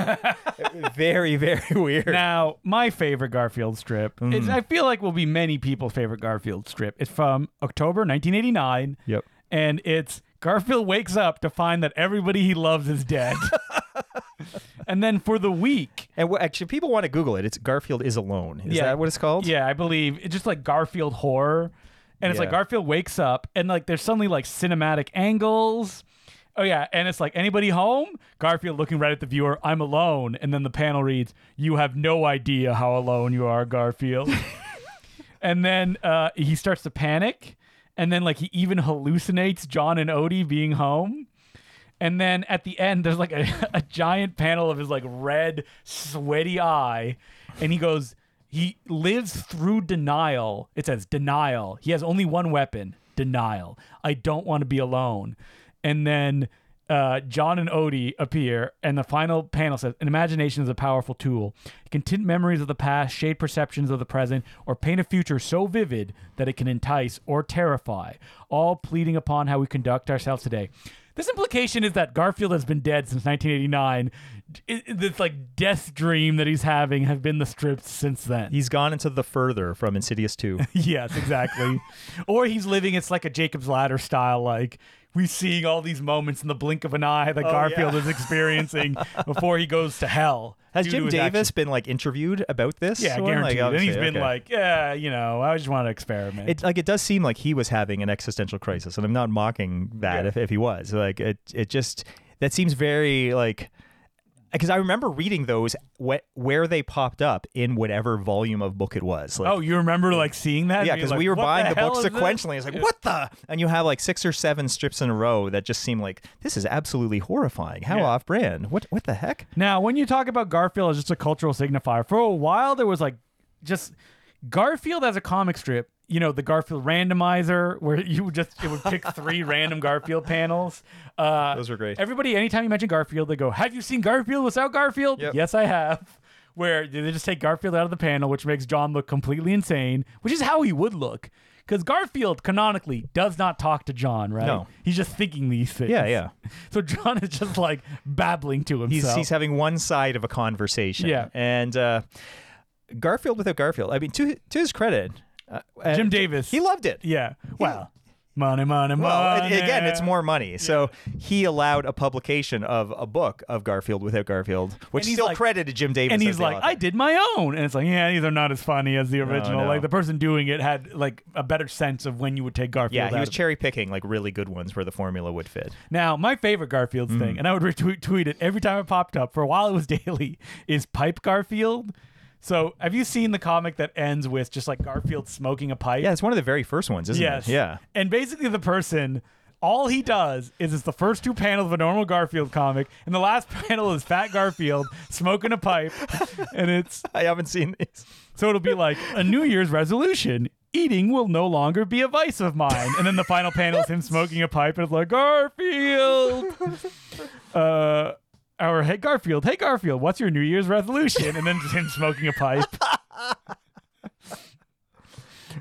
[SPEAKER 1] very, very weird.
[SPEAKER 2] Now, my favorite Garfield strip, it's, I feel like will be many people's favorite Garfield strip. It's from October 1989.
[SPEAKER 1] Yep.
[SPEAKER 2] And it's Garfield wakes up to find that everybody he loves is dead. and then for the week,
[SPEAKER 1] And wh- actually, people want to Google it. It's Garfield is alone. Is
[SPEAKER 2] Yeah.
[SPEAKER 1] that what it's called?
[SPEAKER 2] yeah, I believe it's just like Garfield horror. And it's like
[SPEAKER 1] Yeah.
[SPEAKER 2] Garfield wakes up and like there's suddenly like cinematic angles. Oh yeah, and it's like anybody home? Garfield looking right at the viewer, I'm alone. And then the panel reads, You have no idea how alone you are, Garfield. and then uh, he starts to panic, and then like he even hallucinates John and Odie being home. And then at the end, there's like a, a giant panel of his like red, sweaty eye, and he goes, he lives through denial. It says denial. He has only one weapon, denial. I don't want to be alone. And then uh, John and Odie appear, and the final panel says, "An imagination is a powerful tool. It can tint memories of the past, shade perceptions of the present, or paint a future so vivid that it can entice or terrify. All pleading upon how we conduct ourselves today." This implication is that Garfield has been dead since 1989. It- it- This like death dream that he's having have been the strips since then.
[SPEAKER 1] He's gone into the further from Insidious 2.
[SPEAKER 2] Yes, exactly. or he's living it's like a Jacob's ladder style, like we seeing all these moments in the blink of an eye
[SPEAKER 1] Oh,
[SPEAKER 2] that Garfield is experiencing before he goes to hell.
[SPEAKER 1] Has
[SPEAKER 2] due to
[SPEAKER 1] Jim
[SPEAKER 2] his
[SPEAKER 1] Davis
[SPEAKER 2] actions.
[SPEAKER 1] been like interviewed about this?
[SPEAKER 2] Yeah,
[SPEAKER 1] one?
[SPEAKER 2] guaranteed.
[SPEAKER 1] Like,
[SPEAKER 2] and he's been
[SPEAKER 1] obviously, okay.
[SPEAKER 2] like, yeah, you know, I just want to experiment.
[SPEAKER 1] It like it does seem like he was having an existential crisis, and I'm not mocking that
[SPEAKER 2] Yeah.
[SPEAKER 1] if, if he was. Like it, it just that seems very like because I remember reading those wh- where they popped up in whatever volume of book it was. Like,
[SPEAKER 2] oh, you remember like seeing that? and
[SPEAKER 1] yeah,
[SPEAKER 2] being
[SPEAKER 1] because
[SPEAKER 2] like,
[SPEAKER 1] we were
[SPEAKER 2] "What
[SPEAKER 1] buying the,
[SPEAKER 2] hell
[SPEAKER 1] books
[SPEAKER 2] is this?"
[SPEAKER 1] sequentially. It's like what the and you have like six or seven strips in a row that just seem like this is absolutely horrifying. How
[SPEAKER 2] Yeah.
[SPEAKER 1] off brand? What what the heck?
[SPEAKER 2] Now, when you talk about Garfield as just a cultural signifier, for a while there was like just Garfield as a comic strip. You know, the Garfield randomizer where you would just it would pick three random Garfield panels. Uh,
[SPEAKER 1] Those were great.
[SPEAKER 2] Everybody, anytime you mention Garfield, they go, "Have you seen Garfield without Garfield?"
[SPEAKER 1] Yep.
[SPEAKER 2] Yes, I have. Where they just take Garfield out of the panel, which makes John look completely insane, which is how he would look. Because Garfield canonically does not talk to John, right?
[SPEAKER 1] No.
[SPEAKER 2] He's just thinking these things.
[SPEAKER 1] Yeah, yeah.
[SPEAKER 2] So John is just like babbling to
[SPEAKER 1] He's
[SPEAKER 2] himself.
[SPEAKER 1] he's having one side of a conversation.
[SPEAKER 2] Yeah.
[SPEAKER 1] and uh, Garfield without Garfield. I mean, to to his credit, uh, uh,
[SPEAKER 2] Jim Davis.
[SPEAKER 1] he loved it.
[SPEAKER 2] yeah. Oh, Well, money, money,
[SPEAKER 1] Well,
[SPEAKER 2] money.
[SPEAKER 1] a- again, it's more money. So he allowed a publication of a book of Garfield without Garfield, which
[SPEAKER 2] And he's
[SPEAKER 1] still
[SPEAKER 2] like-
[SPEAKER 1] credited Jim Davis.
[SPEAKER 2] And
[SPEAKER 1] as
[SPEAKER 2] he's
[SPEAKER 1] the
[SPEAKER 2] like,
[SPEAKER 1] author.
[SPEAKER 2] I did my own. And it's like, yeah, these are not as funny as the original.
[SPEAKER 1] no.
[SPEAKER 2] Like the person doing it had like a better sense of when you would take Garfield.
[SPEAKER 1] yeah, he
[SPEAKER 2] out
[SPEAKER 1] was
[SPEAKER 2] of it.
[SPEAKER 1] cherry picking like really good ones where the formula would fit.
[SPEAKER 2] Now, my favorite Garfield
[SPEAKER 1] Mm.
[SPEAKER 2] thing, and I would retweet tweet it every time it popped up for a while. It was daily. Is pipe Garfield? So, have you seen the comic that ends with just like Garfield smoking a pipe?
[SPEAKER 1] Yeah, it's one of the very first ones, isn't
[SPEAKER 2] Yes.
[SPEAKER 1] it? Yeah.
[SPEAKER 2] And basically, the person, all he does is it's the first two panels of a normal Garfield comic, and the last panel is Fat Garfield smoking a pipe, and it's
[SPEAKER 1] I haven't seen these.
[SPEAKER 2] so it'll be like a New Year's resolution. Eating will no longer be a vice of mine. And then the final panel is him smoking a pipe and it's like, Garfield! Uh, or, hey, Garfield, hey, Garfield, what's your New Year's resolution? And then just him smoking a pipe.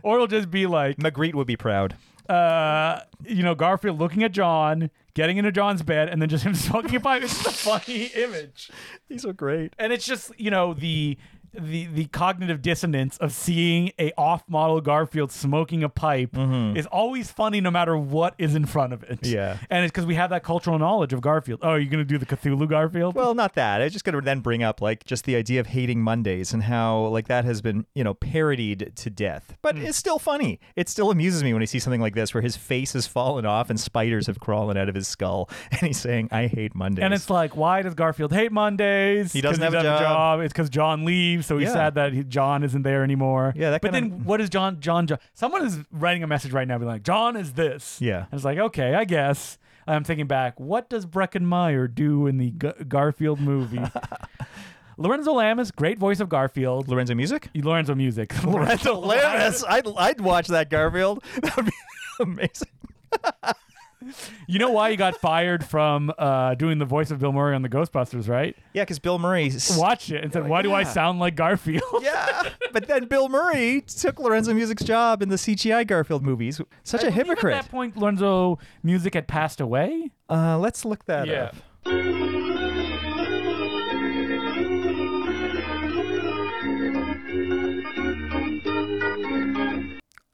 [SPEAKER 2] or it'll just be like,
[SPEAKER 1] Magritte would be proud.
[SPEAKER 2] uh, you know, Garfield looking at John, getting into John's bed, and then just him smoking a pipe. It's just a funny image.
[SPEAKER 1] These are great.
[SPEAKER 2] And it's just, you know, the the the cognitive dissonance of seeing a off-model Garfield smoking a pipe is always funny no matter what is in front of it.
[SPEAKER 1] Yeah.
[SPEAKER 2] And it's because we have that cultural knowledge of Garfield. Oh, you're going to do the Cthulhu Garfield?
[SPEAKER 1] Well, not that. I was just going to then bring up like just the idea of hating Mondays and how like that has been, you know, parodied to death. But it's still funny. It still amuses me when I see something like this where his face has fallen off and spiders have crawlen out of his skull and he's saying, I hate Mondays.
[SPEAKER 2] and it's like, why does Garfield hate Mondays?
[SPEAKER 1] He doesn't
[SPEAKER 2] 'Cause
[SPEAKER 1] have a
[SPEAKER 2] doesn't
[SPEAKER 1] job.
[SPEAKER 2] It's because John leaves, so he's
[SPEAKER 1] Yeah.
[SPEAKER 2] sad that he, John isn't there anymore.
[SPEAKER 1] Yeah, that
[SPEAKER 2] But
[SPEAKER 1] kinda-
[SPEAKER 2] then, what is John? John? John? Someone is writing a message right now, being like, "John is this."
[SPEAKER 1] Yeah.
[SPEAKER 2] And it's like, okay, I guess. I'm thinking back. What does Breckenmeyer do in the G- Garfield movie? Lorenzo Lamas, great voice of Garfield.
[SPEAKER 1] Lorenzo Music?
[SPEAKER 2] Lorenzo music.
[SPEAKER 1] Lorenzo Lamas. I'd, I'd watch that, Garfield. That would be amazing.
[SPEAKER 2] You know why he got fired from uh, doing the voice of Bill Murray on the Ghostbusters, right?
[SPEAKER 1] Yeah, because Bill Murray. s-
[SPEAKER 2] Watched it and said, "Why do I
[SPEAKER 1] Yeah.
[SPEAKER 2] sound like Garfield?"
[SPEAKER 1] Yeah, but then Bill Murray took Lorenzo Music's job in the CGI Garfield movies. Such a
[SPEAKER 2] Even
[SPEAKER 1] hypocrite.
[SPEAKER 2] At that point, Lorenzo Music had passed away.
[SPEAKER 1] Uh, let's look that
[SPEAKER 2] Yeah.
[SPEAKER 1] up.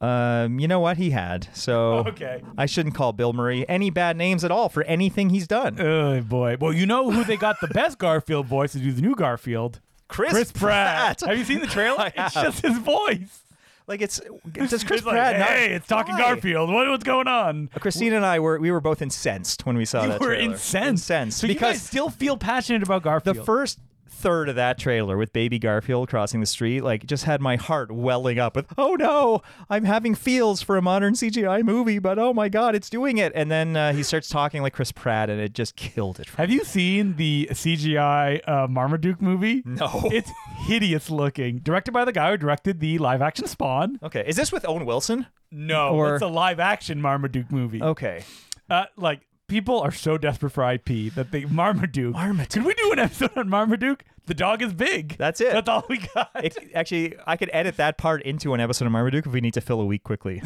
[SPEAKER 1] Um, you know what he had, so
[SPEAKER 2] Okay.
[SPEAKER 1] I shouldn't call Bill Murray any bad names at all for anything he's done.
[SPEAKER 2] Oh boy! Well, you know who they got the best Garfield voice to do the new Garfield?
[SPEAKER 1] Chris,
[SPEAKER 2] Chris Pratt. Have you seen the trailer?
[SPEAKER 1] I
[SPEAKER 2] It's
[SPEAKER 1] have.
[SPEAKER 2] just his voice.
[SPEAKER 1] Like it's does Chris
[SPEAKER 2] It's like,
[SPEAKER 1] Pratt? not-
[SPEAKER 2] hey, it's talking
[SPEAKER 1] Why?
[SPEAKER 2] Garfield. What, what's going on?
[SPEAKER 1] Christine and I were we were both incensed when we saw
[SPEAKER 2] You
[SPEAKER 1] Oh, that.
[SPEAKER 2] were
[SPEAKER 1] trailer.
[SPEAKER 2] incensed.
[SPEAKER 1] incensed
[SPEAKER 2] So you
[SPEAKER 1] because
[SPEAKER 2] guys still feel passionate about Garfield.
[SPEAKER 1] the first third of that trailer with baby garfield crossing the street like just had my heart welling up with oh no i'm having feels for a modern cgi movie but oh my god it's doing it and then uh, he starts talking like chris pratt and it just killed it for
[SPEAKER 2] Have you seen the CGI uh, Marmaduke movie?
[SPEAKER 1] No.
[SPEAKER 2] It's hideous looking. Directed by the guy who directed the live action Spawn.
[SPEAKER 1] okay is this with owen wilson
[SPEAKER 2] No,
[SPEAKER 1] Or-
[SPEAKER 2] it's a live action Marmaduke movie.
[SPEAKER 1] okay
[SPEAKER 2] Uh, like people are so desperate for IP that they Marmaduke.
[SPEAKER 1] Marmaduke.
[SPEAKER 2] Can we do an episode on Marmaduke? The dog is big.
[SPEAKER 1] That's it.
[SPEAKER 2] That's all we got.
[SPEAKER 1] it, actually i could edit that part into an episode of marmaduke if we need to fill a week quickly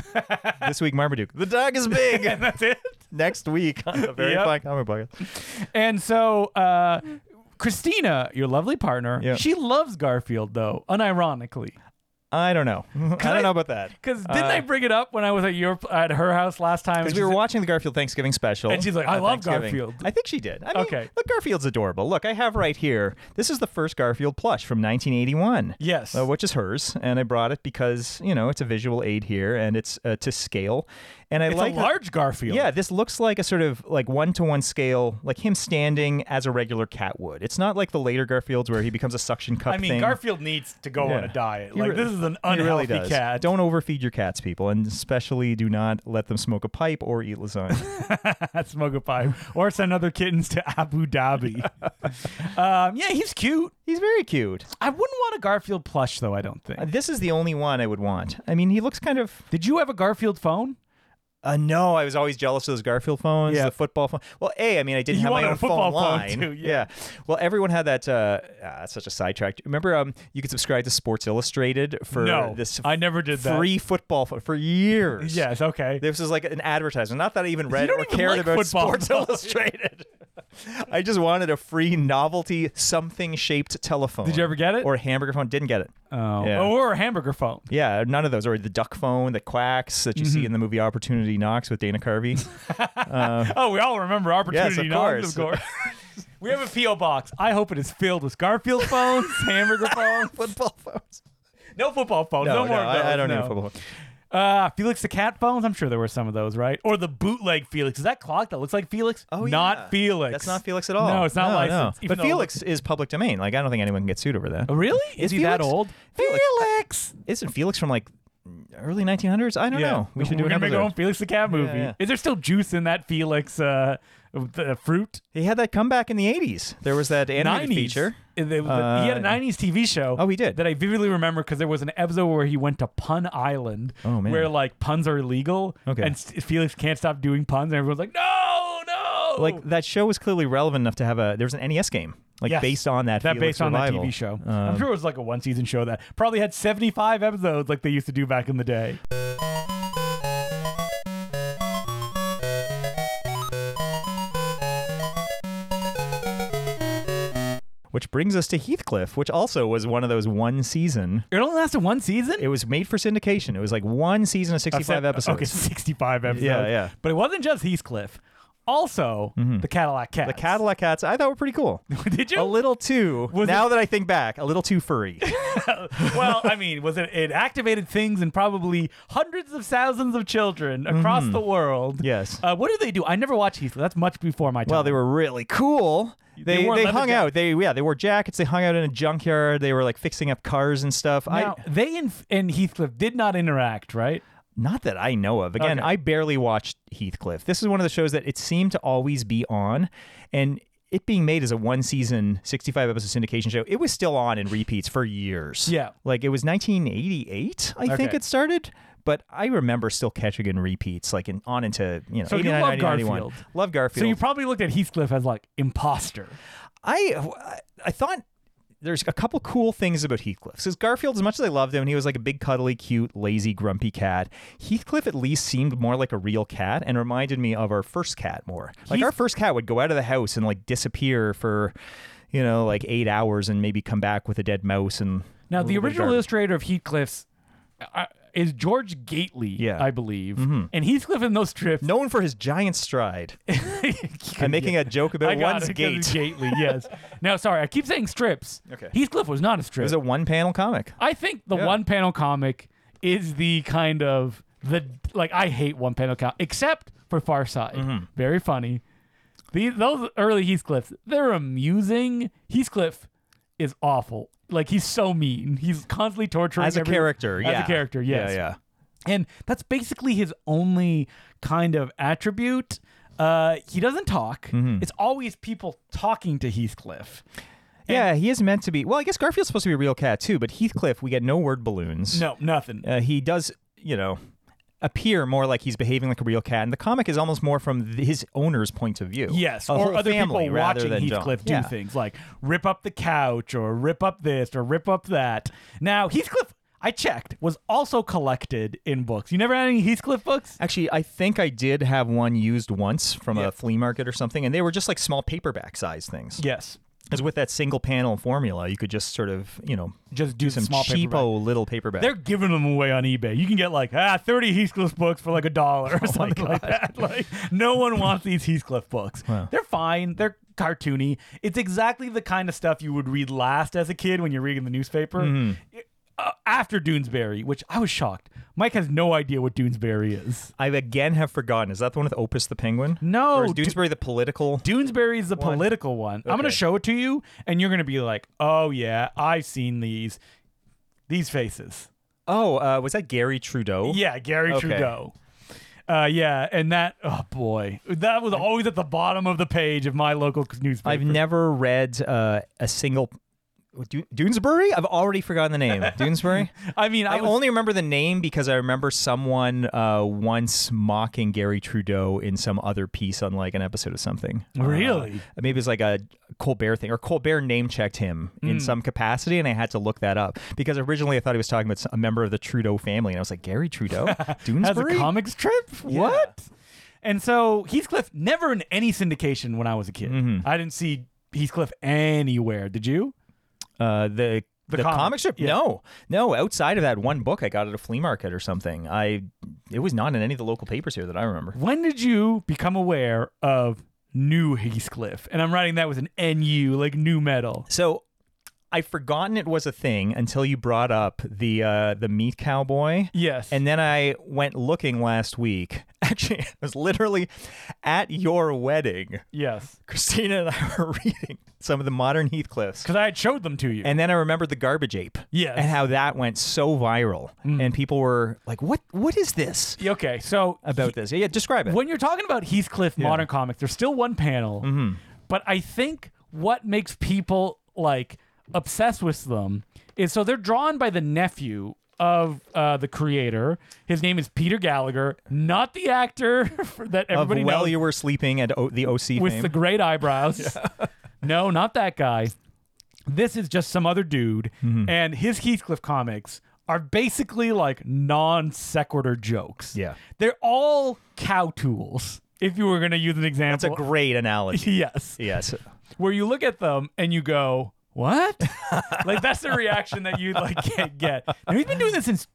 [SPEAKER 1] this week marmaduke the dog is big
[SPEAKER 2] and that's it.
[SPEAKER 1] next week on the very
[SPEAKER 2] Yep.
[SPEAKER 1] fine comic book
[SPEAKER 2] And so uh, Christina, your lovely partner,
[SPEAKER 1] Yeah.
[SPEAKER 2] she loves Garfield though, unironically.
[SPEAKER 1] i don't know i
[SPEAKER 2] I-
[SPEAKER 1] don't know about that
[SPEAKER 2] Because didn't I bring it up when I was at your at her house last time?
[SPEAKER 1] Uh. Because
[SPEAKER 2] and
[SPEAKER 1] we
[SPEAKER 2] she
[SPEAKER 1] were
[SPEAKER 2] said-
[SPEAKER 1] watching the Garfield Thanksgiving special.
[SPEAKER 2] And she's like, "I
[SPEAKER 1] on
[SPEAKER 2] love
[SPEAKER 1] Thanksgiving."
[SPEAKER 2] Garfield.
[SPEAKER 1] I think she did. I mean,
[SPEAKER 2] Okay.
[SPEAKER 1] Look, Garfield's adorable. Look, I have right here. This is the first Garfield plush from 1981.
[SPEAKER 2] Yes.
[SPEAKER 1] uh, which is hers. And I brought it because, you know, it's a visual aid here and it's uh, to scale. And I
[SPEAKER 2] It's
[SPEAKER 1] like.
[SPEAKER 2] a large Garfield.
[SPEAKER 1] yeah, this looks like a sort of like one to one scale, like him standing as a regular cat would. It's not like the later Garfields where he becomes a suction cup
[SPEAKER 2] I mean,
[SPEAKER 1] thing.
[SPEAKER 2] Garfield needs to go on a diet.
[SPEAKER 1] He
[SPEAKER 2] Like
[SPEAKER 1] really-
[SPEAKER 2] this is an
[SPEAKER 1] he
[SPEAKER 2] unhealthy
[SPEAKER 1] really does.
[SPEAKER 2] cat.
[SPEAKER 1] Don't overfeed your cats, people, and especially do not let them smoke a pipe or eat lasagna.
[SPEAKER 2] smoke a pipe or send other kittens to Abu Dhabi. um, yeah, he's cute.
[SPEAKER 1] He's very cute.
[SPEAKER 2] I wouldn't want a Garfield plush though. I don't think.
[SPEAKER 1] This is the only one I would want. I mean, he looks kind of.
[SPEAKER 2] Did you have a Garfield phone?
[SPEAKER 1] Uh, no, I was always jealous of those Garfield phones,
[SPEAKER 2] Yeah.
[SPEAKER 1] the football phone. Well, a, I mean, I didn't
[SPEAKER 2] You
[SPEAKER 1] have my
[SPEAKER 2] wanted
[SPEAKER 1] own
[SPEAKER 2] a football
[SPEAKER 1] phone line.
[SPEAKER 2] phone, too, yeah.
[SPEAKER 1] Well, everyone had that. Uh, ah, that's such a sidetrack. Remember, um, you could subscribe to Sports Illustrated for
[SPEAKER 2] no,
[SPEAKER 1] this
[SPEAKER 2] I never did that.
[SPEAKER 1] free football fo- for years.
[SPEAKER 2] Yes. Okay.
[SPEAKER 1] This was like an advertisement. Not that I even read
[SPEAKER 2] don't
[SPEAKER 1] or
[SPEAKER 2] even
[SPEAKER 1] cared
[SPEAKER 2] like
[SPEAKER 1] about
[SPEAKER 2] football,
[SPEAKER 1] Sports
[SPEAKER 2] though.
[SPEAKER 1] Illustrated. I just wanted a free novelty something shaped telephone.
[SPEAKER 2] Did you ever get it?
[SPEAKER 1] Or a hamburger phone? Didn't get it.
[SPEAKER 2] oh.
[SPEAKER 1] Yeah.
[SPEAKER 2] Or a hamburger phone.
[SPEAKER 1] Yeah, none of those. Or the duck phone, the quacks that you see
[SPEAKER 2] Mm-hmm.
[SPEAKER 1] in the movie Opportunity Knocks with Dana Carvey.
[SPEAKER 2] Oh, we all remember opportunity.
[SPEAKER 1] Yes, of course.
[SPEAKER 2] knocks, of course. we have a PO box. I hope it is filled with Garfield phones, hamburger phones.
[SPEAKER 1] football phones.
[SPEAKER 2] No football phones. No, more. of
[SPEAKER 1] Oh, I, I
[SPEAKER 2] those,
[SPEAKER 1] don't
[SPEAKER 2] no.
[SPEAKER 1] need a football phone.
[SPEAKER 2] Uh, Felix the cat phones. I'm sure there were some of those, right? Or the bootleg Felix. Is that clock that looks like Felix?
[SPEAKER 1] Oh,
[SPEAKER 2] not
[SPEAKER 1] yeah.
[SPEAKER 2] Felix.
[SPEAKER 1] That's not Felix at all.
[SPEAKER 2] No, it's not
[SPEAKER 1] no,
[SPEAKER 2] licensed,
[SPEAKER 1] No.
[SPEAKER 2] even
[SPEAKER 1] But
[SPEAKER 2] though-
[SPEAKER 1] Felix is public domain. Like, I don't think anyone can get sued over that.
[SPEAKER 2] Oh, really? Is,
[SPEAKER 1] Is
[SPEAKER 2] he that
[SPEAKER 1] Felix-
[SPEAKER 2] old?
[SPEAKER 1] Felix-
[SPEAKER 2] Felix.
[SPEAKER 1] Isn't Felix from like early 1900s? I don't know. We should do
[SPEAKER 2] We're
[SPEAKER 1] an
[SPEAKER 2] gonna make our own
[SPEAKER 1] episode.
[SPEAKER 2] Felix the Cat movie.
[SPEAKER 1] yeah.
[SPEAKER 2] Is there still juice in that Felix uh, the fruit?
[SPEAKER 1] He had that comeback in the 80s. There was that animated
[SPEAKER 2] 90s.
[SPEAKER 1] feature.
[SPEAKER 2] And they-
[SPEAKER 1] Uh,
[SPEAKER 2] he had a 90s TV show.
[SPEAKER 1] Oh, he did.
[SPEAKER 2] That I vividly remember because there was an episode where he went to Pun Island
[SPEAKER 1] Oh, man.
[SPEAKER 2] where like puns are illegal.
[SPEAKER 1] Okay.
[SPEAKER 2] And S- Felix can't stop doing puns and everyone's like, no, no.
[SPEAKER 1] Like that show was clearly relevant enough to have a. There was an NES game, like
[SPEAKER 2] Oh. Yes.
[SPEAKER 1] based on that.
[SPEAKER 2] that
[SPEAKER 1] Felix
[SPEAKER 2] based on
[SPEAKER 1] revival.
[SPEAKER 2] that TV show. I'm
[SPEAKER 1] Um,
[SPEAKER 2] sure it was like a one season show that probably had 75 episodes like they used to do back in the day.
[SPEAKER 1] which brings us to Heathcliff, which also was one of those one season.
[SPEAKER 2] It only lasted one season.
[SPEAKER 1] It was made for syndication. It was like one season of 65 episodes.
[SPEAKER 2] Okay, 65 episodes.
[SPEAKER 1] Yeah, yeah. Mm-hmm.
[SPEAKER 2] But it wasn't just Heathcliff. Also, the Cadillac Cats.
[SPEAKER 1] The Cadillac cats, I thought were pretty cool.
[SPEAKER 2] Did you?
[SPEAKER 1] A little too.
[SPEAKER 2] Was
[SPEAKER 1] now that I think back, a little too furry.
[SPEAKER 2] well, I mean, was it? It activated things in probably hundreds of thousands of children across the world.
[SPEAKER 1] Mm-hmm. Yes.
[SPEAKER 2] Uh, what did they do? I never watched Heathcliff. That's much before my time.
[SPEAKER 1] Well, they were really cool. They
[SPEAKER 2] wore
[SPEAKER 1] they,
[SPEAKER 2] leather
[SPEAKER 1] hung
[SPEAKER 2] jackets.
[SPEAKER 1] out. They yeah, they wore jackets. They hung out in a junkyard. They were like fixing up cars and stuff. I
[SPEAKER 2] now, they and, and Heathcliff did not interact, right?
[SPEAKER 1] Not that I know of. Again,
[SPEAKER 2] Okay.
[SPEAKER 1] I barely watched Heathcliff. This is one of the shows that it seemed to always be on. And it being made as a one season, 65 episode syndication show, it was still on in repeats for years.
[SPEAKER 2] Yeah.
[SPEAKER 1] Like it was 1988, I think
[SPEAKER 2] Okay.
[SPEAKER 1] it started. But I remember still catching in repeats, like in, on into, you know,
[SPEAKER 2] So you
[SPEAKER 1] 89,
[SPEAKER 2] love
[SPEAKER 1] 90, 91.
[SPEAKER 2] Garfield.
[SPEAKER 1] Love Garfield.
[SPEAKER 2] So you probably looked at Heathcliff as like imposter.
[SPEAKER 1] I I thought there's a couple cool things about Heathcliff. Because Garfield, as much as I loved him, he was like a big, cuddly, cute, lazy, grumpy cat. Heathcliff at least seemed more like a real cat and reminded me of our first cat more. Like
[SPEAKER 2] Heath-
[SPEAKER 1] our first cat would go out of the house and like disappear for. You know, like eight hours, and maybe come back with a dead mouse. And
[SPEAKER 2] Now,
[SPEAKER 1] a little
[SPEAKER 2] the
[SPEAKER 1] bit of
[SPEAKER 2] original
[SPEAKER 1] garbage.
[SPEAKER 2] illustrator of Heathcliff's uh, is George Gately,
[SPEAKER 1] Yeah. Mm-hmm.
[SPEAKER 2] I believe. And Heathcliff in those strips,
[SPEAKER 1] known for his giant stride, and making a joke
[SPEAKER 2] I
[SPEAKER 1] about
[SPEAKER 2] got
[SPEAKER 1] one's
[SPEAKER 2] it, 'cause
[SPEAKER 1] gate.
[SPEAKER 2] it's
[SPEAKER 1] It
[SPEAKER 2] Gately, yes. now, sorry, I keep saying strips.
[SPEAKER 1] Okay.
[SPEAKER 2] Heathcliff was not a strip.
[SPEAKER 1] was a one-panel comic.
[SPEAKER 2] I think the
[SPEAKER 1] Yeah.
[SPEAKER 2] one panel comic is the kind of the like I hate one panel comic except for Far Side.
[SPEAKER 1] Mm-hmm.
[SPEAKER 2] Very funny. These those early Heathcliffs, they're amusing. Heathcliff is awful. Like he's so mean. He's constantly torturing
[SPEAKER 1] As a
[SPEAKER 2] every-
[SPEAKER 1] character, yeah,
[SPEAKER 2] As a character, yes.
[SPEAKER 1] yeah, yeah.
[SPEAKER 2] And that's basically his only kind of attribute. Uh, he doesn't talk.
[SPEAKER 1] Mm-hmm.
[SPEAKER 2] It's always people talking to Heathcliff.
[SPEAKER 1] Yeah, he is meant to be. Well, I guess Garfield's supposed to be a real cat too, but Heathcliff, we get no word balloons.
[SPEAKER 2] No, nothing.
[SPEAKER 1] Uh, he does, you know, appear more like he's behaving like a real cat, and the comic is almost more from th- his owner's point of view.
[SPEAKER 2] Yes,
[SPEAKER 1] A
[SPEAKER 2] or
[SPEAKER 1] whole
[SPEAKER 2] other
[SPEAKER 1] family
[SPEAKER 2] people
[SPEAKER 1] rather
[SPEAKER 2] watching
[SPEAKER 1] than John.
[SPEAKER 2] Heathcliff do
[SPEAKER 1] Yeah.
[SPEAKER 2] things like rip up the couch or rip up this or rip up that. Now, Heathcliff, I checked, was also collected in books. You never had any Heathcliff books?
[SPEAKER 1] Actually, I think I did have one used once from
[SPEAKER 2] Yeah.
[SPEAKER 1] a flea market or something, and they were just like small paperback size things.
[SPEAKER 2] Yes.
[SPEAKER 1] Because with that single panel formula, you could just sort of, you know,
[SPEAKER 2] Just do
[SPEAKER 1] some
[SPEAKER 2] small
[SPEAKER 1] cheapo
[SPEAKER 2] paperback.
[SPEAKER 1] little paperback.
[SPEAKER 2] They're giving them away on eBay. You can get like ah thirty Heathcliff books for like a dollar or something like that. Like no one wants these Heathcliff books. They're fine. They're cartoony. It's exactly the kind of stuff you would read last as a kid when you're reading the newspaper. It- uh, after Doonesbury, which I was shocked. Mike has no idea what Doonesbury is.
[SPEAKER 1] I again have forgotten. Is that the one with Opus the Penguin?
[SPEAKER 2] No,
[SPEAKER 1] Or is
[SPEAKER 2] Do-
[SPEAKER 1] Doonesbury the political?
[SPEAKER 2] Doonesbury is the political one. I'm going to
[SPEAKER 1] Okay.
[SPEAKER 2] show it to you, and you're going to be like, "Oh yeah, I've seen these, these faces."
[SPEAKER 1] oh, uh, was that Gary Trudeau?
[SPEAKER 2] Yeah, Gary
[SPEAKER 1] Okay.
[SPEAKER 2] Trudeau. Uh, yeah, and that oh boy, that was always at the bottom of the page of my local newspaper.
[SPEAKER 1] I've never read uh, a single Do- Doonesbury. I've already forgotten the name. Doonesbury.
[SPEAKER 2] I mean, I,
[SPEAKER 1] I
[SPEAKER 2] was,
[SPEAKER 1] only remember the name because I remember someone uh, once mocking Gary Trudeau in some other piece on like an episode of something.
[SPEAKER 2] Really?
[SPEAKER 1] Uh, maybe it was like a Colbert thing or Colbert name checked him
[SPEAKER 2] Hmm.
[SPEAKER 1] in some capacity, and I had to look that up because originally I thought he was talking about s- a member of the Trudeau family, and I was like Gary Trudeau,
[SPEAKER 2] as a
[SPEAKER 1] Doonesbury.
[SPEAKER 2] comic strip. What? And so Heathcliff never in any syndication when I was a kid.
[SPEAKER 1] Mm-hmm.
[SPEAKER 2] I didn't see Heathcliff anywhere. Did you?
[SPEAKER 1] Uh, the the,
[SPEAKER 2] comic,
[SPEAKER 1] comic, strip?
[SPEAKER 2] yeah.
[SPEAKER 1] No, no. Outside of that one book I got at a flea market or something, I it was not in any of the local papers here that I remember.
[SPEAKER 2] When did you become aware of New Heathcliff? And I'm writing that with an NU, like new metal.
[SPEAKER 1] So I've forgotten it was a thing until you brought up the uh, the meat cowboy.
[SPEAKER 2] Yes.
[SPEAKER 1] And then I went looking last week. Actually, I was literally at your wedding.
[SPEAKER 2] yes,
[SPEAKER 1] Christina and I were reading some of the modern Heathcliffs.
[SPEAKER 2] because I had showed them to you.
[SPEAKER 1] And then I remembered the garbage ape.
[SPEAKER 2] Yes.
[SPEAKER 1] And how that went so viral.
[SPEAKER 2] Hmm.
[SPEAKER 1] And people were like, What what is this?
[SPEAKER 2] okay, so
[SPEAKER 1] About this. Yeah, yeah, describe it.
[SPEAKER 2] when you're talking about Heathcliff modern comics, there's still one panel,
[SPEAKER 1] Mm-hmm.
[SPEAKER 2] but I think what makes people like obsessed with them is so they're drawn by the nephew of uh, the creator. His name is Peter Gallagher, not the actor that
[SPEAKER 1] of
[SPEAKER 2] everybody
[SPEAKER 1] While
[SPEAKER 2] knows
[SPEAKER 1] You Were Sleeping and o- the OC
[SPEAKER 2] with
[SPEAKER 1] fame.
[SPEAKER 2] the great eyebrows. no, not that guy. This is just some other dude,
[SPEAKER 1] Mm-hmm.
[SPEAKER 2] and his Heathcliff comics are basically like non sequitur jokes.
[SPEAKER 1] Yeah.
[SPEAKER 2] they're all cow tools. If you were going to use an
[SPEAKER 1] That's a
[SPEAKER 2] example,
[SPEAKER 1] great analogy.
[SPEAKER 2] yes,
[SPEAKER 1] yes.
[SPEAKER 2] where you look at them and you go, what? like that's the reaction that you like can't get. And we've been doing this since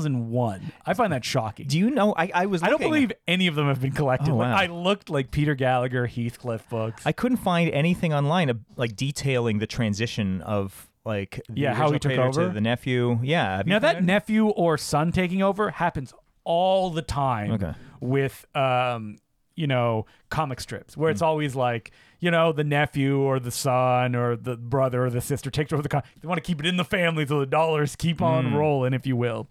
[SPEAKER 2] 2001. I find that shocking.
[SPEAKER 1] Do you know? I, I was.
[SPEAKER 2] I don't
[SPEAKER 1] looking.
[SPEAKER 2] believe any of them have been collected.
[SPEAKER 1] Oh,
[SPEAKER 2] Like,
[SPEAKER 1] wow.
[SPEAKER 2] I looked like Peter Gallagher, Heathcliff books.
[SPEAKER 1] I couldn't find anything online uh, like detailing the transition of like the
[SPEAKER 2] Yeah, how he
[SPEAKER 1] original
[SPEAKER 2] took
[SPEAKER 1] creator
[SPEAKER 2] over?
[SPEAKER 1] to the nephew. Yeah, have you
[SPEAKER 2] now that
[SPEAKER 1] found-
[SPEAKER 2] nephew or son taking over happens all the time
[SPEAKER 1] Okay.
[SPEAKER 2] with um you know comic strips where it's always like you know the nephew or the son or the brother or the sister takes over the con- they want to keep it in the family so the dollars keep on rolling if you will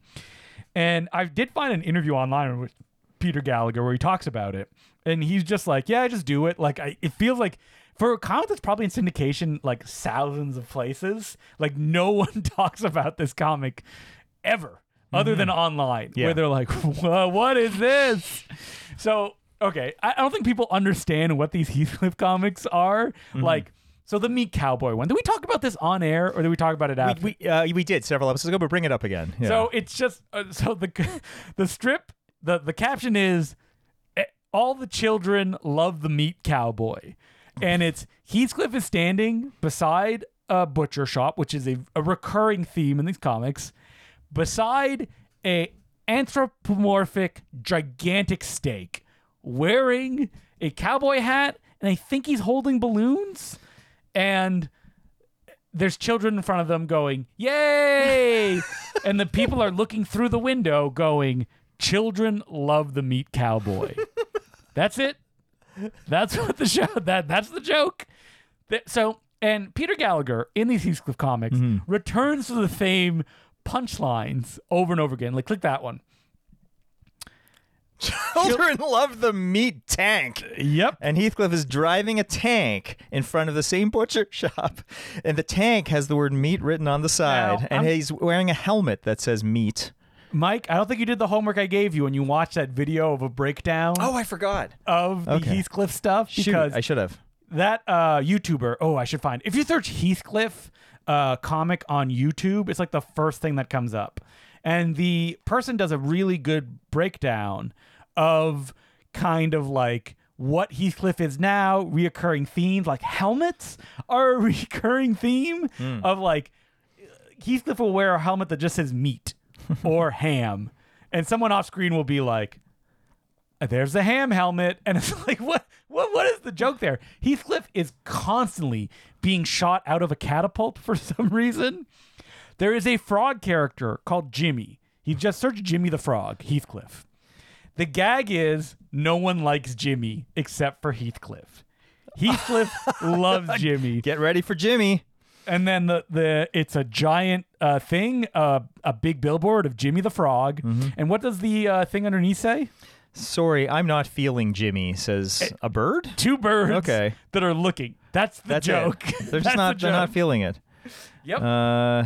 [SPEAKER 2] and i did find an interview online with peter gallagher where he talks about it and he's just like yeah I just do it like I, it feels like for a comic that's probably in syndication like thousands of places like no one talks about this comic ever other than online
[SPEAKER 1] Mm-hmm. Yeah.
[SPEAKER 2] where they're like "Wha- what is this so okay I, I don't think people understand what these heathcliff comics are
[SPEAKER 1] Mm-hmm.
[SPEAKER 2] like so the meat cowboy one did we talk about this on air or did we talk about it after
[SPEAKER 1] we we, uh, we did several episodes ago, but bring it up again. Yeah.
[SPEAKER 2] so it's just uh, so the the strip the the caption is "Eh, all the children love the meat cowboy, and it's Heathcliff is standing beside a butcher shop, which is a, a recurring theme in these comics, beside a anthropomorphic gigantic steak, wearing a cowboy hat, and I think he's holding balloons, and there's children in front of them going, Yay! and the people are looking through the window going, Children love the meat cowboy. that's it. That's what the show that that's the joke. Th- So and Peter Gallagher in these Heathcliff comics
[SPEAKER 1] Mm-hmm.
[SPEAKER 2] returns to the same punchlines over and over again. Like click that one.
[SPEAKER 1] children love the meat tank.
[SPEAKER 2] Yep.
[SPEAKER 1] And Heathcliff is driving a tank in front of the same butcher shop, and the tank has the word meat written on the side,
[SPEAKER 2] Now,
[SPEAKER 1] and
[SPEAKER 2] I'm-
[SPEAKER 1] he's wearing a helmet that says meat.
[SPEAKER 2] Mike, I don't think you did the homework I gave you when you watched that video of a breakdown
[SPEAKER 1] Oh, I forgot.
[SPEAKER 2] of the
[SPEAKER 1] okay.
[SPEAKER 2] Heathcliff stuff
[SPEAKER 1] Shoot,
[SPEAKER 2] because
[SPEAKER 1] I should have.
[SPEAKER 2] that uh YouTuber, oh, I should find. If you search Heathcliff uh comic on YouTube, it's like the first thing that comes up. And the person does a really good breakdown of kind of like what Heathcliff is now, reoccurring themes, like helmets are a recurring theme of like Heathcliff will wear a helmet that just says meat or ham. And someone off screen will be like, there's a ham helmet. And it's like, what, what, what is the joke there? Heathcliff is constantly being shot out of a catapult for some reason. There is a frog character called Jimmy. He just searched Jimmy the Frog, Heathcliff. The gag is no one likes Jimmy except for Heathcliff. Heathcliff loves Jimmy
[SPEAKER 1] Get ready for Jimmy.
[SPEAKER 2] and then the the it's a giant uh, thing, uh, a big billboard of Jimmy the Frog.
[SPEAKER 1] Mm-hmm.
[SPEAKER 2] And what does the uh, thing underneath say?
[SPEAKER 1] Sorry, I'm not feeling Jimmy,
[SPEAKER 2] Eh,
[SPEAKER 1] says a bird?
[SPEAKER 2] Two birds
[SPEAKER 1] Okay.
[SPEAKER 2] that are looking. That's the
[SPEAKER 1] That's it.
[SPEAKER 2] joke.
[SPEAKER 1] They're
[SPEAKER 2] That's
[SPEAKER 1] just not
[SPEAKER 2] The
[SPEAKER 1] they're not
[SPEAKER 2] joke.
[SPEAKER 1] feeling it.
[SPEAKER 2] Yep.
[SPEAKER 1] Uh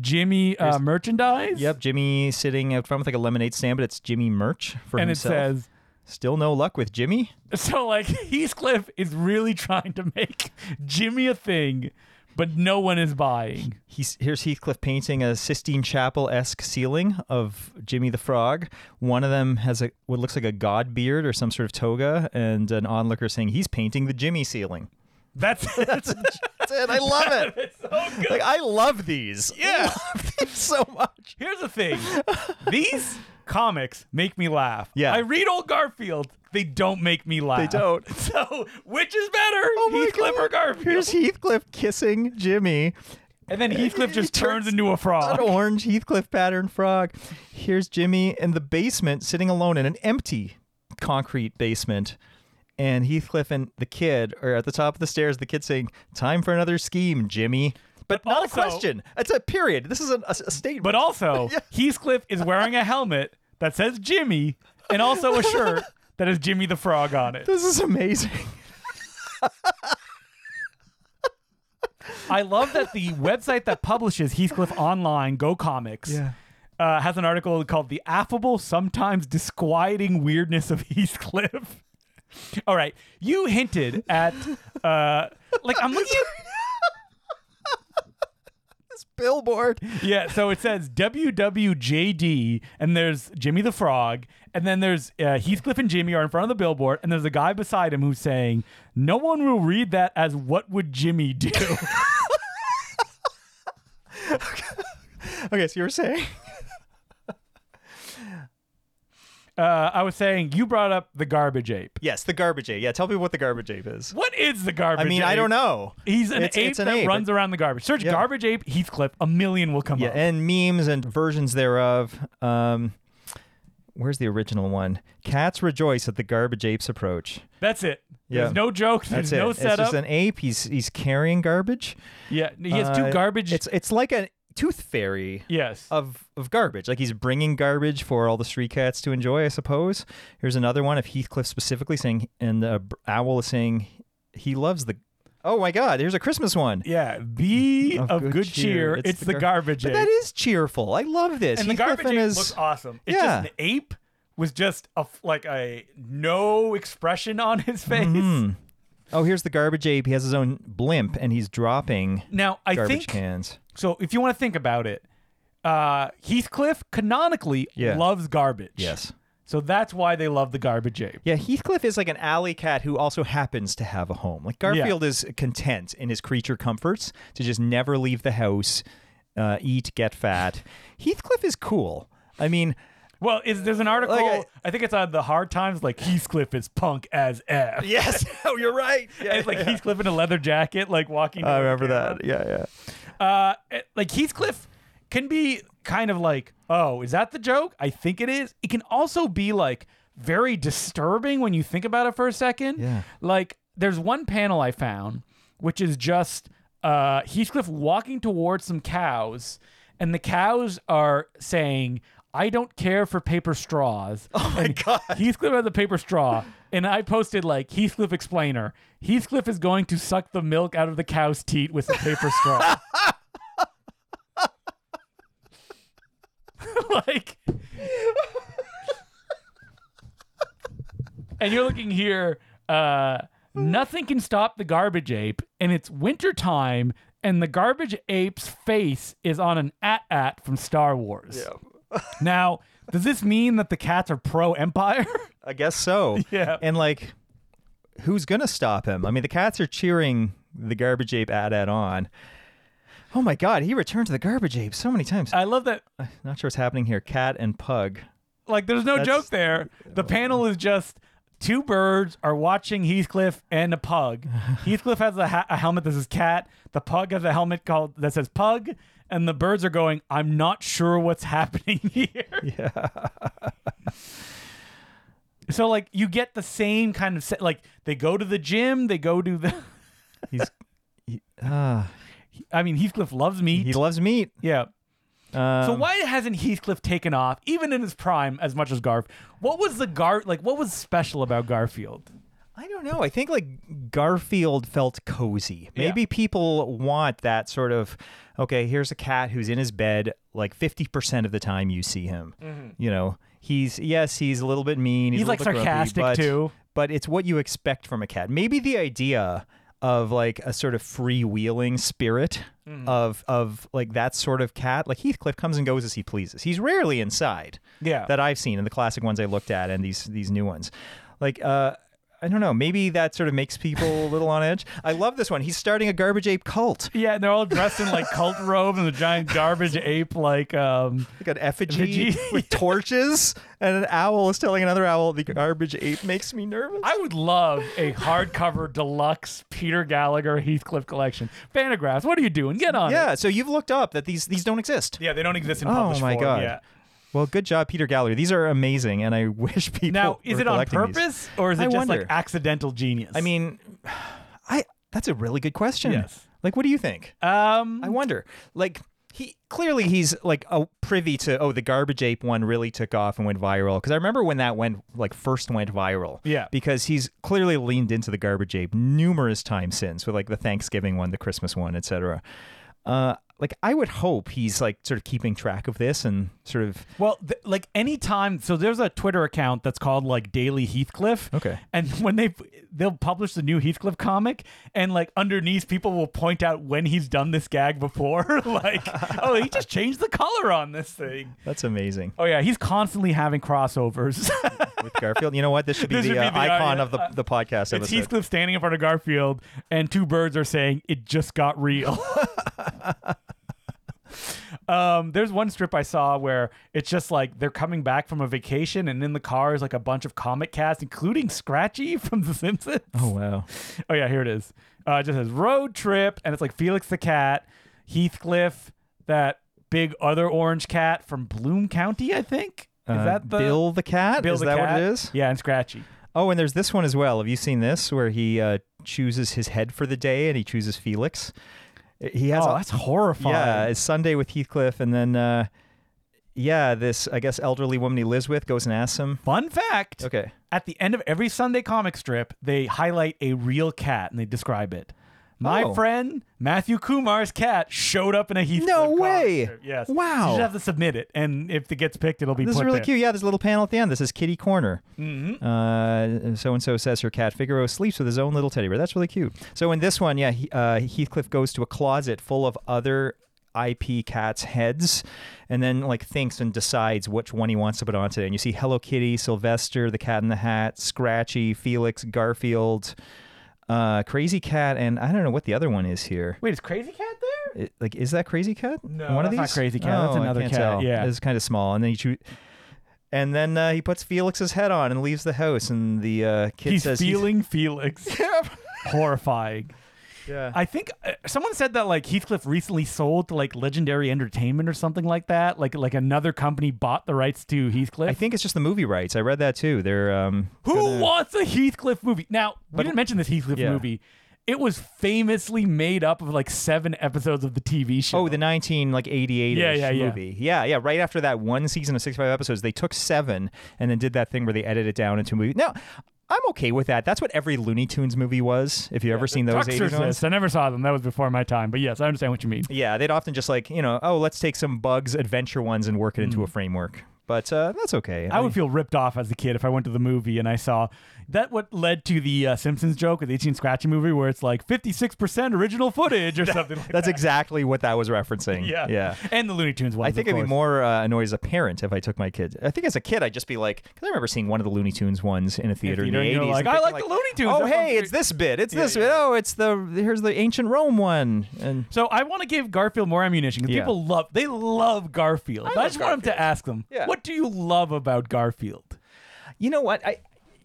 [SPEAKER 2] Jimmy uh, merchandise.
[SPEAKER 1] Yep, Jimmy sitting out front with like a lemonade stand, but it's Jimmy merch for
[SPEAKER 2] And it
[SPEAKER 1] himself.
[SPEAKER 2] says
[SPEAKER 1] Still no luck with Jimmy.
[SPEAKER 2] so. Like Heathcliff is really trying to make Jimmy a thing, but no one is buying.
[SPEAKER 1] He's here's Heathcliff painting a Sistine Chapel esque ceiling of Jimmy the Frog. One of them has a what looks like a god beard or some sort of toga, and an onlooker saying he's painting the Jimmy ceiling.
[SPEAKER 2] That's that's
[SPEAKER 1] That's it. I love it.
[SPEAKER 2] so good.
[SPEAKER 1] Like I love these. Yeah, I love these so much.
[SPEAKER 2] Here's the thing. These comics make me laugh.
[SPEAKER 1] Yeah.
[SPEAKER 2] I read old Garfield. They don't make me laugh.
[SPEAKER 1] don't.
[SPEAKER 2] So which is better?
[SPEAKER 1] Oh my
[SPEAKER 2] Heathcliff or Garfield?
[SPEAKER 1] Here's Heathcliff kissing Jimmy.
[SPEAKER 2] and then Heathcliff
[SPEAKER 1] He
[SPEAKER 2] just turns,
[SPEAKER 1] turns-
[SPEAKER 2] into a
[SPEAKER 1] An
[SPEAKER 2] frog.
[SPEAKER 1] orange Heathcliff pattern frog. Here's Jimmy in the basement, sitting alone in an empty concrete basement. And Heathcliff and the kid are at the top of the stairs. The kid saying, "Time for another scheme, Jimmy." But,
[SPEAKER 2] But
[SPEAKER 1] not
[SPEAKER 2] also-
[SPEAKER 1] a question. It's a period. This is an, a, a statement.
[SPEAKER 2] But also,
[SPEAKER 1] Yeah.
[SPEAKER 2] Heathcliff is wearing a helmet that says Jimmy and also a shirt that has Jimmy the Frog on it.
[SPEAKER 1] this is amazing.
[SPEAKER 2] I love that the website that publishes Heathcliff Online, Go Comics,
[SPEAKER 1] Yeah.
[SPEAKER 2] uh, has an article called "The Affable, Sometimes Disquieting Weirdness of Heathcliff." All right, you hinted at, uh, like I'm looking
[SPEAKER 1] Billboard.
[SPEAKER 2] at, yeah. So it says WWJD, and there's Jimmy the Frog, and then there's uh, Heathcliff and Jimmy are in front of the billboard, and there's a guy beside him who's saying, "No one will read that as what would Jimmy do."
[SPEAKER 1] Okay, so you were saying
[SPEAKER 2] Uh, I was saying you brought up the garbage ape.
[SPEAKER 1] yes, the garbage ape. Yeah, tell me what the garbage ape is.
[SPEAKER 2] What is the garbage?
[SPEAKER 1] I mean, I
[SPEAKER 2] ape?
[SPEAKER 1] don't know.
[SPEAKER 2] He's an
[SPEAKER 1] It's-
[SPEAKER 2] ape
[SPEAKER 1] it's an
[SPEAKER 2] that
[SPEAKER 1] ape.
[SPEAKER 2] runs around the garbage. Search
[SPEAKER 1] Yeah.
[SPEAKER 2] garbage ape Heathcliff. A million will come
[SPEAKER 1] Yeah,
[SPEAKER 2] up.
[SPEAKER 1] and memes and versions thereof. Um, where's the original one? Cats rejoice at the garbage ape's approach.
[SPEAKER 2] That's it.
[SPEAKER 1] Yeah.
[SPEAKER 2] There's no joke.
[SPEAKER 1] That's
[SPEAKER 2] There's
[SPEAKER 1] it.
[SPEAKER 2] Hmm. no
[SPEAKER 1] It's
[SPEAKER 2] setup.
[SPEAKER 1] just an ape. He's he's carrying garbage.
[SPEAKER 2] yeah, he has
[SPEAKER 1] Uh,
[SPEAKER 2] two garbage.
[SPEAKER 1] It's it's like a tooth fairy
[SPEAKER 2] yes.
[SPEAKER 1] of of garbage. Like he's bringing garbage for all the street cats to enjoy. I suppose. Here's another one of Heathcliff specifically saying, and the b- owl is saying, he loves the. Oh my God! Here's a Christmas one.
[SPEAKER 2] yeah. Be
[SPEAKER 1] Of
[SPEAKER 2] of, good, cheer. It's, the,
[SPEAKER 1] gar-
[SPEAKER 2] garbage
[SPEAKER 1] But
[SPEAKER 2] ape.
[SPEAKER 1] that is cheerful. I love this.
[SPEAKER 2] and the
[SPEAKER 1] Heathcliff
[SPEAKER 2] garbage ape
[SPEAKER 1] his-
[SPEAKER 2] looks awesome. It's
[SPEAKER 1] Yeah.
[SPEAKER 2] just an ape with just a f- like a no expression on his face.
[SPEAKER 1] Mhm. Oh, here's the garbage ape. He has his own blimp, and he's dropping
[SPEAKER 2] Now I
[SPEAKER 1] garbage
[SPEAKER 2] think
[SPEAKER 1] cans.
[SPEAKER 2] so. If you want to think about it, uh, Heathcliff canonically
[SPEAKER 1] Yeah.
[SPEAKER 2] loves garbage.
[SPEAKER 1] Yes.
[SPEAKER 2] So that's why they love the garbage ape.
[SPEAKER 1] Yeah, Heathcliff is like an alley cat who also happens to have a home. Like Garfield is content in his creature comforts to just never leave the house, uh, eat, get fat. Heathcliff is cool. I mean,
[SPEAKER 2] Well, is there's an article.
[SPEAKER 1] Like,
[SPEAKER 2] I think it's on the Hard Times. Like Heathcliff is punk as f.
[SPEAKER 1] yes. Oh, you're right. Yeah,
[SPEAKER 2] It's like Heathcliff in a leather jacket, like walking.
[SPEAKER 1] I
[SPEAKER 2] toward the
[SPEAKER 1] remember
[SPEAKER 2] camera.
[SPEAKER 1] that. Yeah, yeah.
[SPEAKER 2] uh, like Heathcliff can be kind of like, oh, is that the joke? I think it is. It can also be like very disturbing when you think about it for a second.
[SPEAKER 1] Yeah.
[SPEAKER 2] Like there's one panel I found, which is just uh, Heathcliff walking towards some cows, and the cows are saying, "I don't care for paper straws."
[SPEAKER 1] Oh my god.
[SPEAKER 2] Heathcliff has a paper straw, and I posted like Heathcliff explainer. Heathcliff is going to suck the milk out of the cow's teat with a paper straw. like, and you're looking here. Uh, nothing can stop the garbage ape, and it's winter time, and the garbage ape's face is on an at at from Star Wars. Now, does this mean that the cats are pro empire?
[SPEAKER 1] I guess so.
[SPEAKER 2] Yeah.
[SPEAKER 1] And like, who's gonna stop him? I mean, the cats are cheering the garbage ape ad ad on. Oh my god, he returned to the garbage ape so many times.
[SPEAKER 2] I love that.
[SPEAKER 1] Not sure what's happening here. Cat and pug.
[SPEAKER 2] Like, there's no
[SPEAKER 1] That's-
[SPEAKER 2] joke there. The panel is just two birds are watching Heathcliff and a pug. Heathcliff has a, ha- a helmet that says cat. The pug has a helmet called that says pug. And the birds are going, I'm not sure what's happening here. Yeah. so, like, you get the same kind of set. Like, they go to the gym, they go to the.
[SPEAKER 1] He's he, ah,
[SPEAKER 2] I mean, Heathcliff loves meat.
[SPEAKER 1] he loves meat.
[SPEAKER 2] yeah.
[SPEAKER 1] Um,
[SPEAKER 2] So why hasn't Heathcliff taken off, even in his prime, as much as Garf? What was the Gar like? What was special about Garfield?
[SPEAKER 1] I don't know. I think like Garfield felt cozy.
[SPEAKER 2] Yeah.
[SPEAKER 1] Maybe people want that sort of okay, here's a cat who's in his bed like 50% of the time you see him. You know, he's yes, he's a little bit mean, he's,
[SPEAKER 2] Mm-hmm. He's,
[SPEAKER 1] a little
[SPEAKER 2] like,
[SPEAKER 1] bit grumpy,
[SPEAKER 2] sarcastic,
[SPEAKER 1] but-
[SPEAKER 2] too.
[SPEAKER 1] But it's what you expect from a cat. Maybe the idea of like a sort of freewheeling spirit
[SPEAKER 2] Mm-hmm.
[SPEAKER 1] of of like that sort of cat. Like Heathcliff comes and goes as he pleases. He's rarely inside
[SPEAKER 2] Yeah.
[SPEAKER 1] that I've seen and the classic ones I looked at and these these new ones. Like uh I don't know, maybe that sort of makes people a little on edge. I love this one. He's starting a garbage ape cult.
[SPEAKER 2] yeah, and they're all dressed in like cult robe and the giant garbage ape. Like, um,
[SPEAKER 1] Like an effigy
[SPEAKER 2] Effigy.
[SPEAKER 1] with torches and an owl is telling another owl the garbage ape makes me nervous.
[SPEAKER 2] I would love a hardcover deluxe Peter Gallagher Heathcliff collection. Fantagraphs, what are you doing? Get on it.
[SPEAKER 1] yeah, so you've looked up that these these don't exist.
[SPEAKER 2] Yeah, they don't exist in
[SPEAKER 1] Oh
[SPEAKER 2] published
[SPEAKER 1] my
[SPEAKER 2] form,
[SPEAKER 1] god.
[SPEAKER 2] yeah.
[SPEAKER 1] Well, good job, Peter Gallagher. These are amazing, and I wish people.
[SPEAKER 2] Now, is
[SPEAKER 1] were
[SPEAKER 2] it on
[SPEAKER 1] collecting these.
[SPEAKER 2] purpose or is it
[SPEAKER 1] I
[SPEAKER 2] just
[SPEAKER 1] wonder.
[SPEAKER 2] like accidental genius?
[SPEAKER 1] I mean, I that's a really good question.
[SPEAKER 2] Yes.
[SPEAKER 1] Like, what do you think?
[SPEAKER 2] um,
[SPEAKER 1] I wonder. Like he clearly he's like oh, privy to oh the garbage ape one really took off and went viral because I remember when that went like first went viral.
[SPEAKER 2] Yeah.
[SPEAKER 1] Because he's clearly leaned into the garbage ape numerous times since with like the Thanksgiving one, the Christmas one, etc. Uh like I would hope he's like sort of keeping track of this and sort of
[SPEAKER 2] Well, th- like anytime, so there's a Twitter account that's called like Daily Heathcliff.
[SPEAKER 1] Okay.
[SPEAKER 2] And when they they'll publish the new Heathcliff comic, and like underneath, people will point out when he's done this gag before. like, oh, he just changed the color on this thing.
[SPEAKER 1] that's amazing
[SPEAKER 2] Oh yeah, he's constantly having crossovers.
[SPEAKER 1] with Garfield. You know what? This should be
[SPEAKER 2] This
[SPEAKER 1] the,
[SPEAKER 2] should
[SPEAKER 1] uh,
[SPEAKER 2] be the, uh,
[SPEAKER 1] icon
[SPEAKER 2] yeah,
[SPEAKER 1] of the,
[SPEAKER 2] uh,
[SPEAKER 1] the podcast
[SPEAKER 2] it's
[SPEAKER 1] episode.
[SPEAKER 2] Heathcliff standing in front of Garfield, and two birds are saying, "It just got real." Um, there's one strip I saw where it's just like they're coming back from a vacation, and in the car is like a bunch of comic cast, including Scratchy from The Simpsons.
[SPEAKER 1] Oh wow.
[SPEAKER 2] Oh yeah, here it is. Uh, it just says road trip, and it's like Felix the cat, Heathcliff, that big other orange cat from Bloom County, I think. Is
[SPEAKER 1] Uh,
[SPEAKER 2] that the
[SPEAKER 1] Bill the cat?
[SPEAKER 2] Bill
[SPEAKER 1] is
[SPEAKER 2] the
[SPEAKER 1] that
[SPEAKER 2] cat?
[SPEAKER 1] what it is?
[SPEAKER 2] Yeah, and Scratchy.
[SPEAKER 1] Oh, and there's this one as well. Have you seen this where he uh, chooses his head for the day and he chooses Felix? He has
[SPEAKER 2] oh,
[SPEAKER 1] a-
[SPEAKER 2] that's horrifying.
[SPEAKER 1] yeah, it's Sunday with Heathcliff, and then uh, yeah, this I guess elderly woman he lives with goes and asks him.
[SPEAKER 2] Fun fact:
[SPEAKER 1] Okay,
[SPEAKER 2] At the end of every Sunday comic strip, they highlight a real cat and they describe it. My
[SPEAKER 1] Oh.
[SPEAKER 2] friend Matthew Kumar's cat showed up in a Heathcliff.
[SPEAKER 1] No
[SPEAKER 2] comic
[SPEAKER 1] way.
[SPEAKER 2] strip. Yes.
[SPEAKER 1] Wow.
[SPEAKER 2] You just have to submit it, and if it gets picked, it'll be.
[SPEAKER 1] this is
[SPEAKER 2] put
[SPEAKER 1] really
[SPEAKER 2] there.
[SPEAKER 1] cute. Yeah, there's a little panel at the end. This is Kitty Corner. Mm-hmm. So and so says her cat Figaro sleeps with his own little teddy bear. That's really cute. So in this one, yeah, he, uh, Heathcliff goes to a closet full of other IP cats' heads, and then like thinks and decides which one he wants to put on today. And you see Hello Kitty, Sylvester, the Cat in the Hat, Scratchy, Felix, Garfield. Uh, crazy cat, and I don't know what the other one is here.
[SPEAKER 2] Wait, is Crazy Cat there?
[SPEAKER 1] It- like is that crazy cat
[SPEAKER 2] No,
[SPEAKER 1] one of
[SPEAKER 2] that's
[SPEAKER 1] these
[SPEAKER 2] not Crazy Cat. That's
[SPEAKER 1] Oh, I
[SPEAKER 2] another
[SPEAKER 1] can't
[SPEAKER 2] cat.
[SPEAKER 1] tell.
[SPEAKER 2] Yeah.
[SPEAKER 1] it's kind of small and then he choo- and then uh, he puts felix's head on and leaves the house and the uh, kid
[SPEAKER 2] He's
[SPEAKER 1] says
[SPEAKER 2] feeling Felix. Horrifying.
[SPEAKER 1] yeah
[SPEAKER 2] I think uh, someone said that like Heathcliff recently sold to like Legendary Entertainment or something like that. Like like another company bought the rights to Heathcliff.
[SPEAKER 1] I think it's just the movie rights i read that too they're um
[SPEAKER 2] Who
[SPEAKER 1] gonna-
[SPEAKER 2] wants a Heathcliff movie? Now, we didn't mention this Heathcliff
[SPEAKER 1] Yeah.
[SPEAKER 2] movie. It was famously made up of like seven episodes of the TV show.
[SPEAKER 1] Oh, the nineteen like eighty eight
[SPEAKER 2] Yeah, yeah, yeah.
[SPEAKER 1] movie. Yeah. yeah, Right after that one season of sixty five episodes, they took seven and then did that thing where they edited it down into a movie. Now, I'm okay with that. That's what every Looney Tunes movie was. If you have ever seen those eighties ones,
[SPEAKER 2] Exorcist. I never saw them. That was before my time. But yes, I understand what you mean.
[SPEAKER 1] Yeah, they'd often just like, you know, oh, let's take some bugs, adventure ones, and work it into a framework. But uh, that's okay.
[SPEAKER 2] Mm. I would feel ripped off as a kid if I went to the movie and I saw that what led to the uh, Simpsons joke with the Itchy and Scratchy movie where it's like 56% original footage or something like
[SPEAKER 1] That's exactly what that was referencing.
[SPEAKER 2] that. Yeah.
[SPEAKER 1] Yeah.
[SPEAKER 2] And the Looney Tunes one.
[SPEAKER 1] I think
[SPEAKER 2] of
[SPEAKER 1] I'd be
[SPEAKER 2] course.
[SPEAKER 1] more uh, annoyed as a parent if I took my kid. I think as a kid, I'd just be like, because I remember seeing one of the Looney Tunes ones in a theater in the
[SPEAKER 2] theater, and
[SPEAKER 1] 80s.
[SPEAKER 2] you're
[SPEAKER 1] and
[SPEAKER 2] like, "I
[SPEAKER 1] thinking
[SPEAKER 2] like the Looney Tunes,
[SPEAKER 1] Oh,
[SPEAKER 2] that sounds
[SPEAKER 1] hey, it's
[SPEAKER 2] great."
[SPEAKER 1] this bit. It's
[SPEAKER 2] Yeah,
[SPEAKER 1] this
[SPEAKER 2] yeah.
[SPEAKER 1] bit. Oh, it's the, here's the ancient Rome one. And
[SPEAKER 2] So I want to give Garfield more ammunition because
[SPEAKER 1] Yeah.
[SPEAKER 2] people love they love Garfield. I,
[SPEAKER 1] love
[SPEAKER 2] just want them to
[SPEAKER 1] Garfield.
[SPEAKER 2] ask them,
[SPEAKER 1] Yeah.
[SPEAKER 2] what do you love about Garfield?
[SPEAKER 1] you know what? I.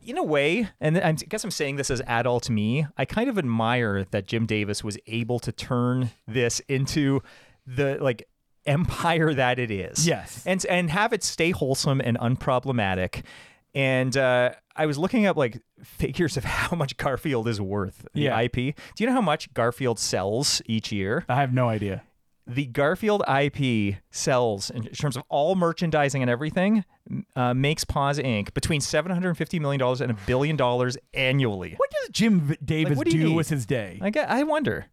[SPEAKER 1] In a way, and I guess I'm saying this as adult me, I kind of admire that Jim Davis was able to turn this into the like empire that it is.
[SPEAKER 2] Yes.
[SPEAKER 1] and and have it stay wholesome and unproblematic. And uh, I was looking up like figures of how much Garfield is worth. The
[SPEAKER 2] Yeah.
[SPEAKER 1] IP. Do you know how much Garfield sells each year?
[SPEAKER 2] I have no idea.
[SPEAKER 1] The Garfield IP sells in terms of all merchandising and everything uh, makes Paws Inc. between seven hundred and fifty million dollars and a billion dollars annually.
[SPEAKER 2] What does Jim V- Davis
[SPEAKER 1] what do you
[SPEAKER 2] do
[SPEAKER 1] need?
[SPEAKER 2] with his day?
[SPEAKER 1] I gue- I wonder,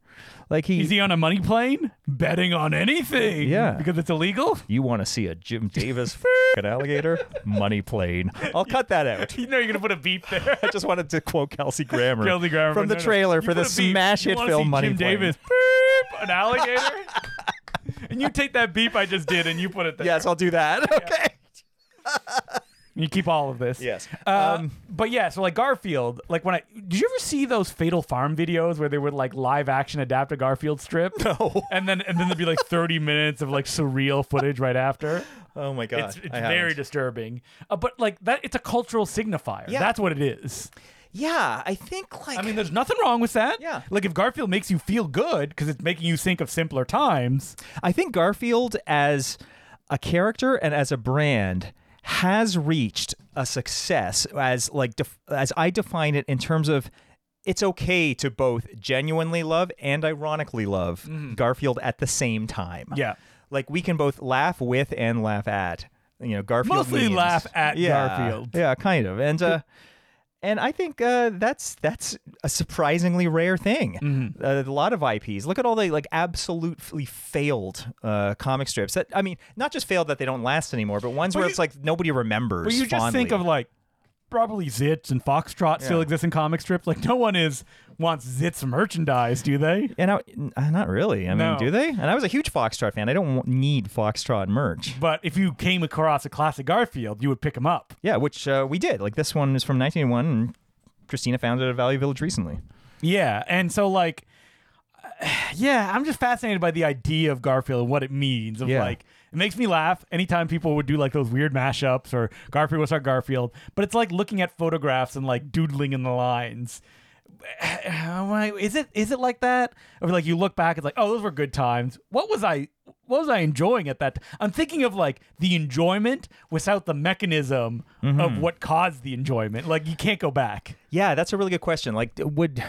[SPEAKER 1] like he.
[SPEAKER 2] Is he on a money plane? Betting on anything.
[SPEAKER 1] Yeah.
[SPEAKER 2] Because it's illegal?
[SPEAKER 1] you want to see a Jim Davis f***ing alligator? Money plane. I'll cut that out.
[SPEAKER 2] You know you're gonna put a beat there.
[SPEAKER 1] I just wanted to quote Kelsey Grammer,
[SPEAKER 2] Kelsey Grammer,
[SPEAKER 1] from the
[SPEAKER 2] no, no.
[SPEAKER 1] trailer
[SPEAKER 2] You
[SPEAKER 1] for the
[SPEAKER 2] put a beep.
[SPEAKER 1] smash
[SPEAKER 2] You
[SPEAKER 1] hit
[SPEAKER 2] wanna
[SPEAKER 1] film
[SPEAKER 2] see
[SPEAKER 1] Money
[SPEAKER 2] Jim
[SPEAKER 1] Plane.
[SPEAKER 2] Davis. Beep, an alligator. and you take that beep I just did and you put it there.
[SPEAKER 1] Yes, I'll do that. Okay.
[SPEAKER 2] You keep all of this.
[SPEAKER 1] Yes.
[SPEAKER 2] Uh, but yeah, so like Garfield, like when I did you ever see those Fatal Farm videos where they would like live action adapt a Garfield strip?
[SPEAKER 1] No.
[SPEAKER 2] And then and then there'd be like 30 minutes of like surreal footage right after.
[SPEAKER 1] Oh my god.
[SPEAKER 2] It's, it's
[SPEAKER 1] I
[SPEAKER 2] very
[SPEAKER 1] haven't.
[SPEAKER 2] disturbing. Uh, but like that it's a cultural signifier.
[SPEAKER 1] Yeah.
[SPEAKER 2] That's what it is.
[SPEAKER 1] Yeah, I think like
[SPEAKER 2] I mean, there's nothing wrong with that.
[SPEAKER 1] Yeah.
[SPEAKER 2] Like if Garfield makes you feel good because it's making you think of simpler times.
[SPEAKER 1] I think Garfield as a character and as a brand has reached a success as like def- as I define it in terms of it's okay to both genuinely love and ironically love Garfield at the same time.
[SPEAKER 2] Yeah.
[SPEAKER 1] Like we can both laugh with and laugh at. You know, Garfield
[SPEAKER 2] Mostly
[SPEAKER 1] memes.
[SPEAKER 2] laugh at
[SPEAKER 1] yeah.
[SPEAKER 2] Garfield.
[SPEAKER 1] Yeah, kind of. And uh and I think uh, that's that's a surprisingly rare thing.
[SPEAKER 2] Mm-hmm.
[SPEAKER 1] Uh, a lot of IPs. Look at all the like absolutely failed uh, comic strips. That I mean, not just failed that they don't last anymore, but ones
[SPEAKER 2] Well,
[SPEAKER 1] where
[SPEAKER 2] you-
[SPEAKER 1] it's like nobody remembers.
[SPEAKER 2] But you just
[SPEAKER 1] fondly.
[SPEAKER 2] think of like probably Zits and Foxtrot still
[SPEAKER 1] Yeah.
[SPEAKER 2] exist in comic strips. Like no one is wants Zits merchandise, do they?
[SPEAKER 1] and I, n- uh, not really. I mean,
[SPEAKER 2] No.
[SPEAKER 1] do they? And I was a huge Foxtrot fan. I don't w- need Foxtrot merch.
[SPEAKER 2] But if you came across a classic Garfield, you would pick him up.
[SPEAKER 1] Yeah, which uh, we did. Like this one is from 1981, and Christina found it at Value Village recently.
[SPEAKER 2] Yeah, and so like yeah, I'm just fascinated by the idea of Garfield and what it means. Of
[SPEAKER 1] Yeah.
[SPEAKER 2] like, it makes me laugh anytime people would do like those weird mashups or Garfield was our Garfield. But it's like looking at photographs and like doodling in the lines. Am I- Is it is it like that? Or like you look back, it's like, oh, those were good times. What was I? What was I enjoying at that? T-? I'm thinking of like the enjoyment without the mechanism of what caused the enjoyment. Like you can't go back.
[SPEAKER 1] Yeah, that's a really good question. Like, d- would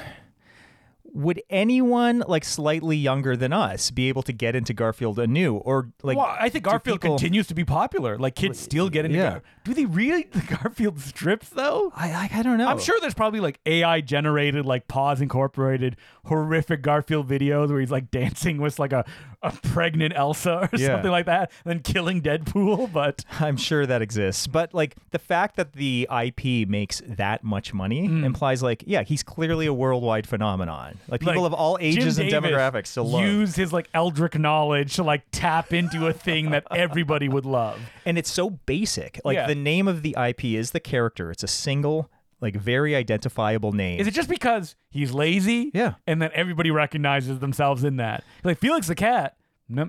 [SPEAKER 1] would anyone like slightly younger than us be able to get into Garfield anew, or like?
[SPEAKER 2] well, I think
[SPEAKER 1] do
[SPEAKER 2] Garfield
[SPEAKER 1] people-
[SPEAKER 2] continues to be popular. Like kids still get into
[SPEAKER 1] yeah.
[SPEAKER 2] Gar- Do they read the Garfield strips though?
[SPEAKER 1] I, I I don't know.
[SPEAKER 2] I'm sure there's probably like AI generated, like Paws Incorporated, horrific Garfield videos where he's like dancing with like a, a pregnant Elsa or
[SPEAKER 1] Yeah.
[SPEAKER 2] something like that, and then killing Deadpool. But
[SPEAKER 1] I'm sure that exists, but like the fact that the IP makes that much money implies like, yeah, he's clearly a worldwide phenomenon. Like people
[SPEAKER 2] like,
[SPEAKER 1] of all ages
[SPEAKER 2] Jim
[SPEAKER 1] and
[SPEAKER 2] Davis
[SPEAKER 1] demographics still love.
[SPEAKER 2] used his like Eldrick knowledge to like tap into a thing that everybody would love.
[SPEAKER 1] and it's so basic. Like
[SPEAKER 2] Yeah.
[SPEAKER 1] the name of the IP is the character. It's a single, like very identifiable name.
[SPEAKER 2] Is it just because he's lazy?
[SPEAKER 1] Yeah.
[SPEAKER 2] And then everybody recognizes themselves in that. Like Felix the cat. No,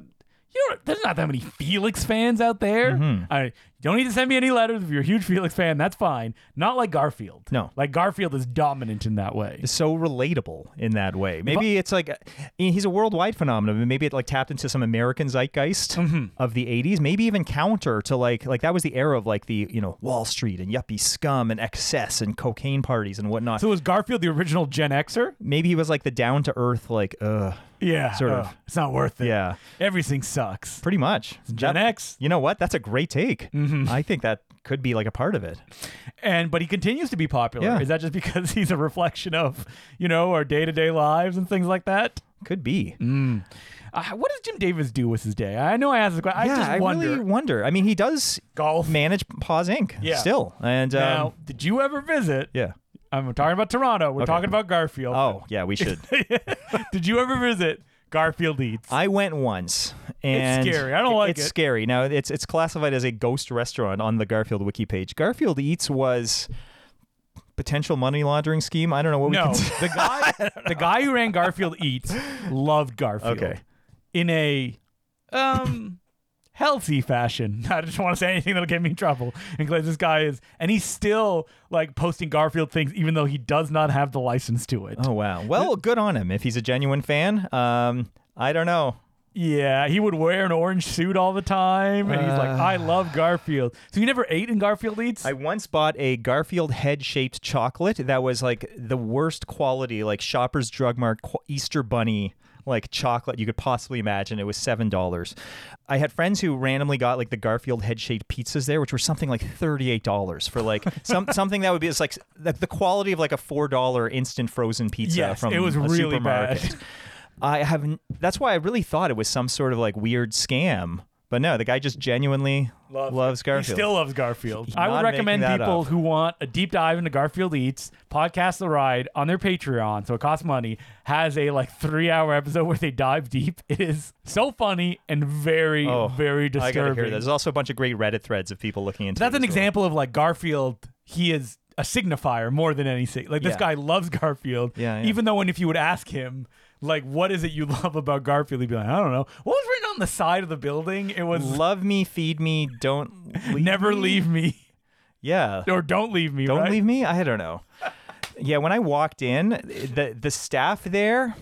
[SPEAKER 2] you know, there's not that many Felix fans out there.
[SPEAKER 1] Mm-hmm.
[SPEAKER 2] I you don't need to send me any letters if you're a huge Felix fan. That's fine. Not like Garfield.
[SPEAKER 1] No.
[SPEAKER 2] Like Garfield is dominant in that way.
[SPEAKER 1] so relatable in that way. Maybe it's like I mean, he's a worldwide phenomenon, but maybe it like tapped into some American zeitgeist
[SPEAKER 2] Mm-hmm.
[SPEAKER 1] of the '80s. Maybe even counter to like like that was the era of like the you know Wall Street and yuppie scum and excess and cocaine parties and whatnot.
[SPEAKER 2] So was Garfield the original Gen Xer?
[SPEAKER 1] maybe he was like the down to earth, like uh,
[SPEAKER 2] Yeah.
[SPEAKER 1] Sort of.
[SPEAKER 2] Ugh, It's not worth it.
[SPEAKER 1] yeah,
[SPEAKER 2] Everything sucks.
[SPEAKER 1] pretty much.
[SPEAKER 2] Gen
[SPEAKER 1] That-
[SPEAKER 2] X. Mm-hmm.
[SPEAKER 1] You know what? That's a great take. I think that could be like a part of it.
[SPEAKER 2] and but he continues to be popular.
[SPEAKER 1] Yeah.
[SPEAKER 2] Is that just because he's a reflection of you know our day to day lives and things like that?
[SPEAKER 1] Could be.
[SPEAKER 2] Uh, what does Jim Davis do with his day? I know I asked the question.
[SPEAKER 1] yeah,
[SPEAKER 2] I um, just
[SPEAKER 1] I
[SPEAKER 2] wonder.
[SPEAKER 1] really wonder. I mean, he does
[SPEAKER 2] Golf.
[SPEAKER 1] manage Paws Inc.
[SPEAKER 2] Yeah.
[SPEAKER 1] still, and um,
[SPEAKER 2] now, did you ever visit?
[SPEAKER 1] yeah.
[SPEAKER 2] I'm talking about Toronto. We're talking about Garfield.
[SPEAKER 1] Oh, yeah, we should.
[SPEAKER 2] did you ever visit Garfield Eats?
[SPEAKER 1] I went once, and
[SPEAKER 2] scary. I don't like
[SPEAKER 1] it's
[SPEAKER 2] it.
[SPEAKER 1] scary. Now it's it's classified as a ghost restaurant on the Garfield wiki page. Garfield Eats was potential money laundering scheme. I don't know what we
[SPEAKER 2] no,
[SPEAKER 1] can. say.
[SPEAKER 2] the guy, the guy who ran Garfield Eats loved Garfield.
[SPEAKER 1] Okay.
[SPEAKER 2] In a, um. Healthy fashion. I just want to say anything that'll get me in trouble. And 'cause this guy is, and he's still like posting Garfield things, even though he does not have the license to it.
[SPEAKER 1] Oh wow. Well, good on him if he's a genuine fan. Um, I don't know.
[SPEAKER 2] Yeah, he would wear an orange suit all the time, and he's like, "I
[SPEAKER 1] Uh.
[SPEAKER 2] love Garfield." So you never ate in Garfield Eats?
[SPEAKER 1] I once bought a Garfield head shaped chocolate that was like the worst quality, like Shoppers Drug Mart qu- Easter Bunny like chocolate you could possibly imagine. It was seven dollars. I had friends who randomly got like the Garfield head shaped pizzas there, which were something like thirty eight dollars for like some something that would be it's like s- the, the quality of like a four dollar instant frozen pizza
[SPEAKER 2] Yes,
[SPEAKER 1] from
[SPEAKER 2] it was
[SPEAKER 1] a
[SPEAKER 2] really
[SPEAKER 1] supermarket.
[SPEAKER 2] bad.
[SPEAKER 1] I haven't. That's why I really thought it was some sort of like weird scam. But no, the guy just genuinely loves Garfield.
[SPEAKER 2] He still loves Garfield.
[SPEAKER 1] not
[SPEAKER 2] I would
[SPEAKER 1] making
[SPEAKER 2] recommend
[SPEAKER 1] that
[SPEAKER 2] people
[SPEAKER 1] up.
[SPEAKER 2] who want a deep dive into Garfield Eats, podcast the ride on their Patreon, so it costs money, has a like three hour episode where they dive deep. It is so funny and very,
[SPEAKER 1] Oh,
[SPEAKER 2] very
[SPEAKER 1] I gotta
[SPEAKER 2] disturbing.
[SPEAKER 1] hear that. There's also a bunch of great Reddit threads of people looking into.
[SPEAKER 2] That's
[SPEAKER 1] it
[SPEAKER 2] an
[SPEAKER 1] as well.
[SPEAKER 2] example of like Garfield, he is a signifier more than anything. Like this
[SPEAKER 1] Yeah.
[SPEAKER 2] guy loves Garfield.
[SPEAKER 1] Yeah, yeah.
[SPEAKER 2] Even though when if you would ask him, like, what is it you love about Garfield? He'd be like, I don't know. What was written on the side of the building? It was
[SPEAKER 1] Love me, feed me, don't leave
[SPEAKER 2] never
[SPEAKER 1] me.
[SPEAKER 2] leave me.
[SPEAKER 1] Yeah,
[SPEAKER 2] Or don't leave me.
[SPEAKER 1] don't
[SPEAKER 2] right?
[SPEAKER 1] leave me. I don't know. yeah, when I walked in, the the staff there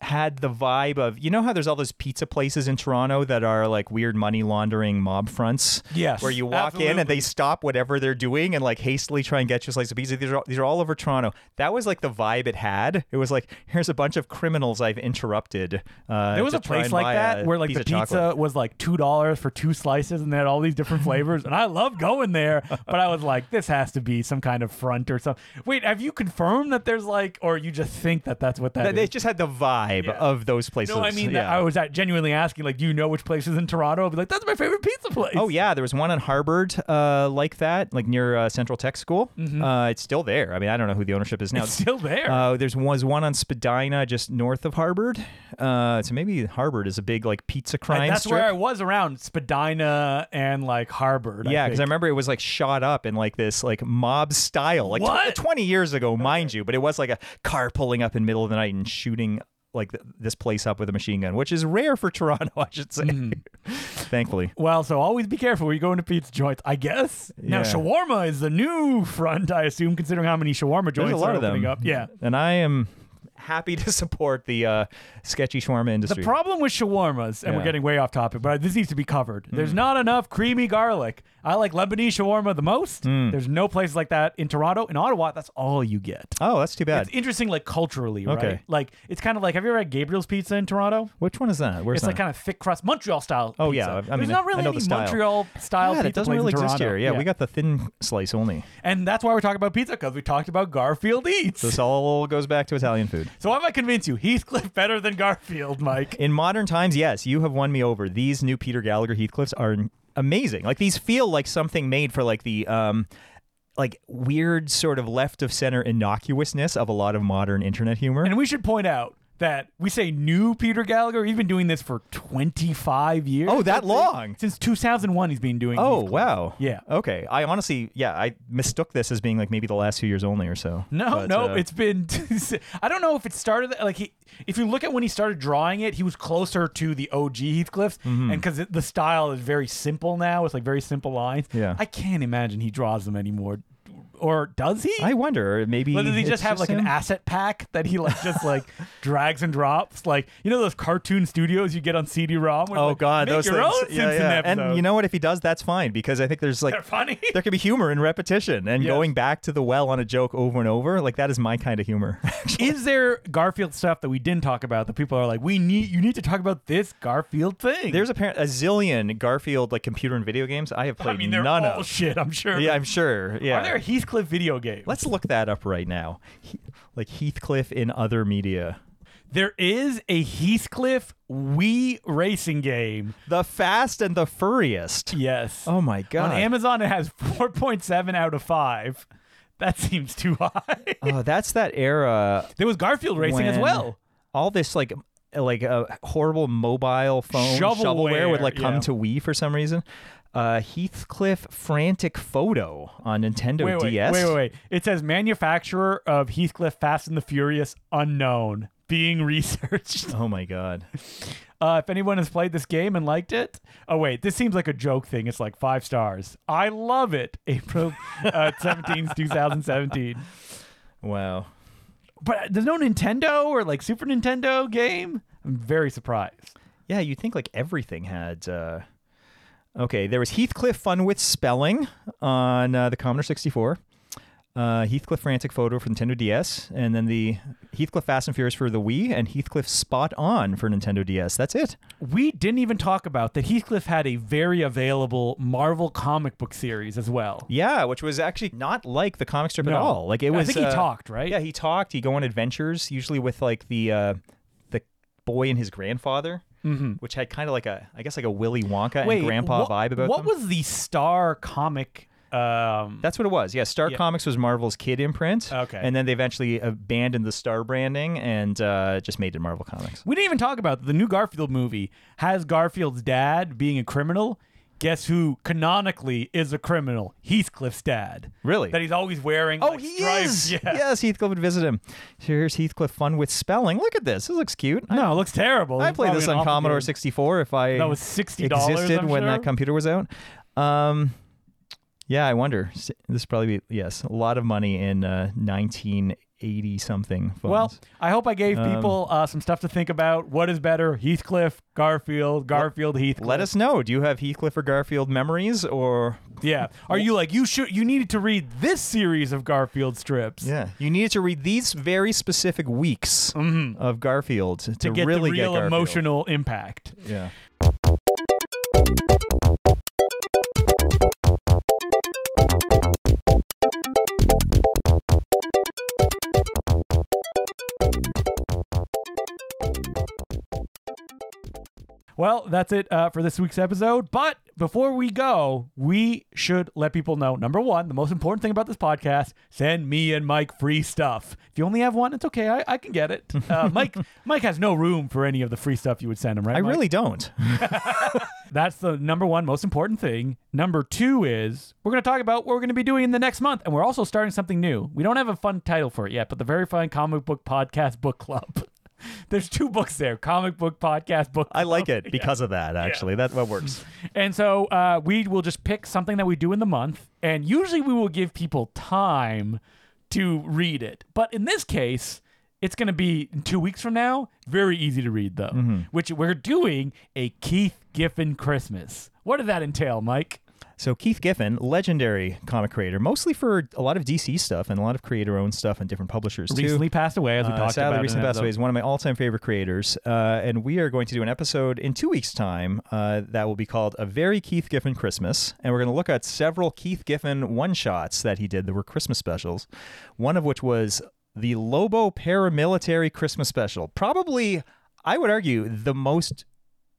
[SPEAKER 1] had the vibe of you know how there's all those pizza places in Toronto that are like weird money laundering mob fronts.
[SPEAKER 2] Yes,
[SPEAKER 1] where you walk in and
[SPEAKER 2] absolutely.
[SPEAKER 1] they stop whatever they're doing and like hastily try and get you a slice of pizza. These are all, these are all over Toronto. That was like the vibe it had. It was like here's a bunch of criminals I've interrupted. Uh,
[SPEAKER 2] There was
[SPEAKER 1] to
[SPEAKER 2] a
[SPEAKER 1] try
[SPEAKER 2] place
[SPEAKER 1] and
[SPEAKER 2] like
[SPEAKER 1] buy
[SPEAKER 2] that
[SPEAKER 1] a
[SPEAKER 2] where like
[SPEAKER 1] piece
[SPEAKER 2] the
[SPEAKER 1] of chocolate.
[SPEAKER 2] pizza was like two dollars for two slices, and they had all these different flavors, and I love going there. But I was like, this has to be some kind of front or something. Wait, have you confirmed that there's like, or you just think that that's what that
[SPEAKER 1] Th- They
[SPEAKER 2] is?
[SPEAKER 1] just had the vibe
[SPEAKER 2] Yeah.
[SPEAKER 1] of those places.
[SPEAKER 2] no, I mean, that
[SPEAKER 1] yeah.
[SPEAKER 2] I was at- genuinely asking, like, do you know which places in Toronto? I'd be like, that's my favorite pizza place.
[SPEAKER 1] Oh yeah, there was one on Harvard uh, like that, like near uh, Central Tech School. Uh, it's still there. I mean, I don't know who the ownership is now.
[SPEAKER 2] Mm-hmm. it's still there.
[SPEAKER 1] Uh, there's was one on Spadina, just north of Harvard. Uh, so maybe Harvard is a big like pizza crime
[SPEAKER 2] that's
[SPEAKER 1] strip.
[SPEAKER 2] where I was around Spadina and like Harvard.
[SPEAKER 1] yeah,
[SPEAKER 2] because
[SPEAKER 1] because I remember it was like shot up in like this like mob style, like tw-
[SPEAKER 2] What?
[SPEAKER 1] twenty years ago, mind you. But it was like a car pulling up in the middle of the night and shooting like th- this place up with a machine gun, which is rare for Toronto, I should say.
[SPEAKER 2] Mm-hmm.
[SPEAKER 1] Thankfully.
[SPEAKER 2] Well, so always be careful when you go into pizza joints, I guess. Now,
[SPEAKER 1] Yeah.
[SPEAKER 2] shawarma is the new front, I assume, considering how many shawarma joints
[SPEAKER 1] There's a lot
[SPEAKER 2] are
[SPEAKER 1] of
[SPEAKER 2] opening
[SPEAKER 1] them.
[SPEAKER 2] up. Yeah.
[SPEAKER 1] And I am happy to support the uh, sketchy shawarma
[SPEAKER 2] The
[SPEAKER 1] industry.
[SPEAKER 2] problem with shawarmas, and we're
[SPEAKER 1] Yeah. Hmm.
[SPEAKER 2] getting way off topic, but this needs to be covered. There's not enough creamy garlic. I like Lebanese shawarma the most.
[SPEAKER 1] Hmm.
[SPEAKER 2] There's no place like that in Toronto. In Ottawa, that's all you get.
[SPEAKER 1] oh, that's too bad.
[SPEAKER 2] It's e- interesting, like culturally, right?
[SPEAKER 1] Okay.
[SPEAKER 2] Like it's kind of like, have you ever had Gabriel's Pizza in Toronto?
[SPEAKER 1] Which one is that? Where's
[SPEAKER 2] It's
[SPEAKER 1] that?
[SPEAKER 2] like kind of thick crust, Montreal style.
[SPEAKER 1] Oh,
[SPEAKER 2] pizza.
[SPEAKER 1] yeah, I
[SPEAKER 2] there's
[SPEAKER 1] mean,
[SPEAKER 2] not
[SPEAKER 1] I
[SPEAKER 2] really
[SPEAKER 1] know
[SPEAKER 2] any
[SPEAKER 1] the style.
[SPEAKER 2] Montreal style.
[SPEAKER 1] God,
[SPEAKER 2] pizza
[SPEAKER 1] it doesn't
[SPEAKER 2] places
[SPEAKER 1] really
[SPEAKER 2] in
[SPEAKER 1] exist
[SPEAKER 2] Toronto.
[SPEAKER 1] here. Yeah, we got the thin slice only.
[SPEAKER 2] and that's why we're talking about pizza because we talked about Garfield eats.
[SPEAKER 1] This all goes back to Italian food.
[SPEAKER 2] so I might convince you, Heathcliff better than Garfield, Mike.
[SPEAKER 1] In modern times, yes, you have won me over. These new Peter Gallagher Heathcliffs are amazing. Like these feel like something made for like the um like weird sort of left of center innocuousness of a lot of modern internet humor.
[SPEAKER 2] And we should point out that we say new Peter Gallagher. He's been doing this for 25 years.
[SPEAKER 1] Oh, that
[SPEAKER 2] Since-
[SPEAKER 1] long?
[SPEAKER 2] Since 2001, he's been doing.
[SPEAKER 1] Oh
[SPEAKER 2] Heathcliff.
[SPEAKER 1] wow.
[SPEAKER 2] Yeah.
[SPEAKER 1] Okay. I honestly, yeah, I mistook this as being like maybe the last few years only or so.
[SPEAKER 2] No,
[SPEAKER 1] But,
[SPEAKER 2] no,
[SPEAKER 1] uh,
[SPEAKER 2] it's been. I don't know if it started like he. If you look at when he started drawing it, he was closer to the OG Heathcliffs, and because the style is very simple now, with like very simple lines.
[SPEAKER 1] Yeah.
[SPEAKER 2] I can't imagine he draws them anymore, or does he?
[SPEAKER 1] I wonder maybe.
[SPEAKER 2] Whether they
[SPEAKER 1] it's
[SPEAKER 2] just have like an
[SPEAKER 1] him?
[SPEAKER 2] asset pack that he like just like drags and drops, like you know those cartoon studios you get on CD-ROM. where,
[SPEAKER 1] Oh
[SPEAKER 2] like,
[SPEAKER 1] God,
[SPEAKER 2] make
[SPEAKER 1] those
[SPEAKER 2] your
[SPEAKER 1] things.
[SPEAKER 2] own
[SPEAKER 1] yeah,
[SPEAKER 2] Simpson
[SPEAKER 1] yeah.
[SPEAKER 2] episode.
[SPEAKER 1] And you know what? If he does, that's fine because I think there's like
[SPEAKER 2] they're funny.
[SPEAKER 1] there could be humor in repetition and
[SPEAKER 2] Yes.
[SPEAKER 1] going back to the well on a joke over and over. Like that is my kind of humor.
[SPEAKER 2] Is there Garfield stuff that we didn't talk about that people are like, we need you need to talk about this Garfield thing?
[SPEAKER 1] There's apparent a zillion Garfield like computer and video games. I have played
[SPEAKER 2] I mean, they're
[SPEAKER 1] none
[SPEAKER 2] all
[SPEAKER 1] of.
[SPEAKER 2] shit. I'm sure.
[SPEAKER 1] yeah, I'm sure. Yeah.
[SPEAKER 2] Are there Heathcliff video games?
[SPEAKER 1] Let's look that up right now. He- like Heathcliff in other media.
[SPEAKER 2] There is a Heathcliff Wii racing game.
[SPEAKER 1] The Fast and the Furriest.
[SPEAKER 2] Yes.
[SPEAKER 1] Oh my
[SPEAKER 2] On
[SPEAKER 1] god.
[SPEAKER 2] Amazon, it has 4.7 out of five. That seems too high.
[SPEAKER 1] oh, that's that era
[SPEAKER 2] there was Garfield racing as
[SPEAKER 1] when
[SPEAKER 2] well.
[SPEAKER 1] All this like like a horrible mobile phone
[SPEAKER 2] Shovelware,
[SPEAKER 1] would like come
[SPEAKER 2] yeah.
[SPEAKER 1] to Wii for some reason. Uh, Heathcliff Frantic Photo on Nintendo
[SPEAKER 2] Wait, wait,
[SPEAKER 1] DS.
[SPEAKER 2] wait, wait, wait. It says manufacturer of Heathcliff Fast and the Furious unknown being researched.
[SPEAKER 1] Oh my god.
[SPEAKER 2] Uh, if anyone has played this game and liked it, oh wait, this seems like a joke thing. It's like five stars. I love it. April uh, 17th, 2017.
[SPEAKER 1] Wow.
[SPEAKER 2] But there's no Nintendo or like Super Nintendo game. I'm very surprised.
[SPEAKER 1] Yeah, you'd think like everything had. Uh... Okay, there was Heathcliff Fun with Spelling on uh, the Commodore 64. Uh, Heathcliff Frantic Photo for Nintendo DS, and then the Heathcliff Fast and Furious for the Wii, and Heathcliff Spot On for Nintendo DS. That's it.
[SPEAKER 2] We didn't even talk about that Heathcliff had a very available Marvel comic book series as well.
[SPEAKER 1] Yeah, which was actually not like the comic strip
[SPEAKER 2] No.
[SPEAKER 1] at all. Like it
[SPEAKER 2] I
[SPEAKER 1] was.
[SPEAKER 2] think he
[SPEAKER 1] uh,
[SPEAKER 2] talked, right?
[SPEAKER 1] Yeah, he talked. He go on adventures, usually with like the uh, the boy and his grandfather, which had kind of like a, I guess like a Willy Wonka
[SPEAKER 2] Mm-hmm. Wait,
[SPEAKER 1] and Grandpa
[SPEAKER 2] what,
[SPEAKER 1] vibe about
[SPEAKER 2] what
[SPEAKER 1] them.
[SPEAKER 2] was the star comic? Um,
[SPEAKER 1] That's what it was. Yeah, Star
[SPEAKER 2] Yeah.
[SPEAKER 1] Comics was Marvel's kid imprint.
[SPEAKER 2] Okay.
[SPEAKER 1] And then they eventually abandoned the Star branding and uh, just made it Marvel Comics.
[SPEAKER 2] We didn't even talk about the new Garfield movie has Garfield's dad being a criminal. Guess who canonically is a criminal? Heathcliff's dad.
[SPEAKER 1] Really?
[SPEAKER 2] That he's always wearing.
[SPEAKER 1] Oh,
[SPEAKER 2] like,
[SPEAKER 1] he
[SPEAKER 2] stripes.
[SPEAKER 1] is.
[SPEAKER 2] Yeah.
[SPEAKER 1] Yes, Heathcliff would visit him. Here's Heathcliff fun with spelling. Look at this. This looks cute. I-
[SPEAKER 2] No, it looks terrible.
[SPEAKER 1] I
[SPEAKER 2] It's
[SPEAKER 1] played
[SPEAKER 2] probably
[SPEAKER 1] this
[SPEAKER 2] an
[SPEAKER 1] on
[SPEAKER 2] awful
[SPEAKER 1] Commodore
[SPEAKER 2] game.
[SPEAKER 1] 64 if I
[SPEAKER 2] That was $60,
[SPEAKER 1] existed
[SPEAKER 2] I'm
[SPEAKER 1] when
[SPEAKER 2] sure.
[SPEAKER 1] that computer was out. Um, yeah, I wonder. S- This would probably be, yes, a lot of money in uh, 1980 something. Phones.
[SPEAKER 2] Well, I hope I gave
[SPEAKER 1] Um,
[SPEAKER 2] people uh, some stuff to think about. What is better, Heathcliff, Garfield, Garfield, Heathcliff?
[SPEAKER 1] let us know. Do you have Heathcliff or Garfield memories or
[SPEAKER 2] Yeah. Are you like you should? You needed to read this series of Garfield strips.
[SPEAKER 1] Yeah, you needed to read these very specific weeks of Garfield to,
[SPEAKER 2] To Mm-hmm. get
[SPEAKER 1] really
[SPEAKER 2] the real
[SPEAKER 1] get Garfield.
[SPEAKER 2] emotional impact.
[SPEAKER 1] Yeah.
[SPEAKER 2] Well, that's it uh, for this week's episode. But before we go, we should let people know number one, the most important thing about this podcast send me and Mike free stuff. If you only have one, it's okay. I, I can get it. Uh, Mike Mike has no room for any of the free stuff you would send him, right?
[SPEAKER 1] I
[SPEAKER 2] Mike?
[SPEAKER 1] really don't.
[SPEAKER 2] That's the number one most important thing. Number two is we're going to talk about what we're going to be doing in the next month. And we're also starting something new. We don't have a fun title for it yet, but the Very Fun Comic Book Podcast Book Club. There's two books there: comic book podcast book.
[SPEAKER 1] I like it because of that. Actually, that that works.
[SPEAKER 2] And so uh, we will just pick something that we do in the month, and usually we will give people time to read it. But in this case, it's going to be two weeks from now. Very easy to read, though. Which we're doing a Keith Giffen Christmas. What did that entail, Mike?
[SPEAKER 1] So Keith Giffen, legendary comic creator, mostly for a lot of DC stuff and a lot of creator-owned stuff and different publishers too.
[SPEAKER 2] Recently passed away, as we
[SPEAKER 1] Uh,
[SPEAKER 2] talked
[SPEAKER 1] sadly,
[SPEAKER 2] about. in
[SPEAKER 1] recently
[SPEAKER 2] an
[SPEAKER 1] passed away is
[SPEAKER 2] episode.
[SPEAKER 1] one of my all-time favorite creators, uh, and we are going to do an episode in two weeks' time uh, that will be called "A Very Keith Giffen Christmas," and we're going to look at several Keith Giffen one-shots that he did that were Christmas specials. One of which was the Lobo Paramilitary Christmas Special, probably I would argue the most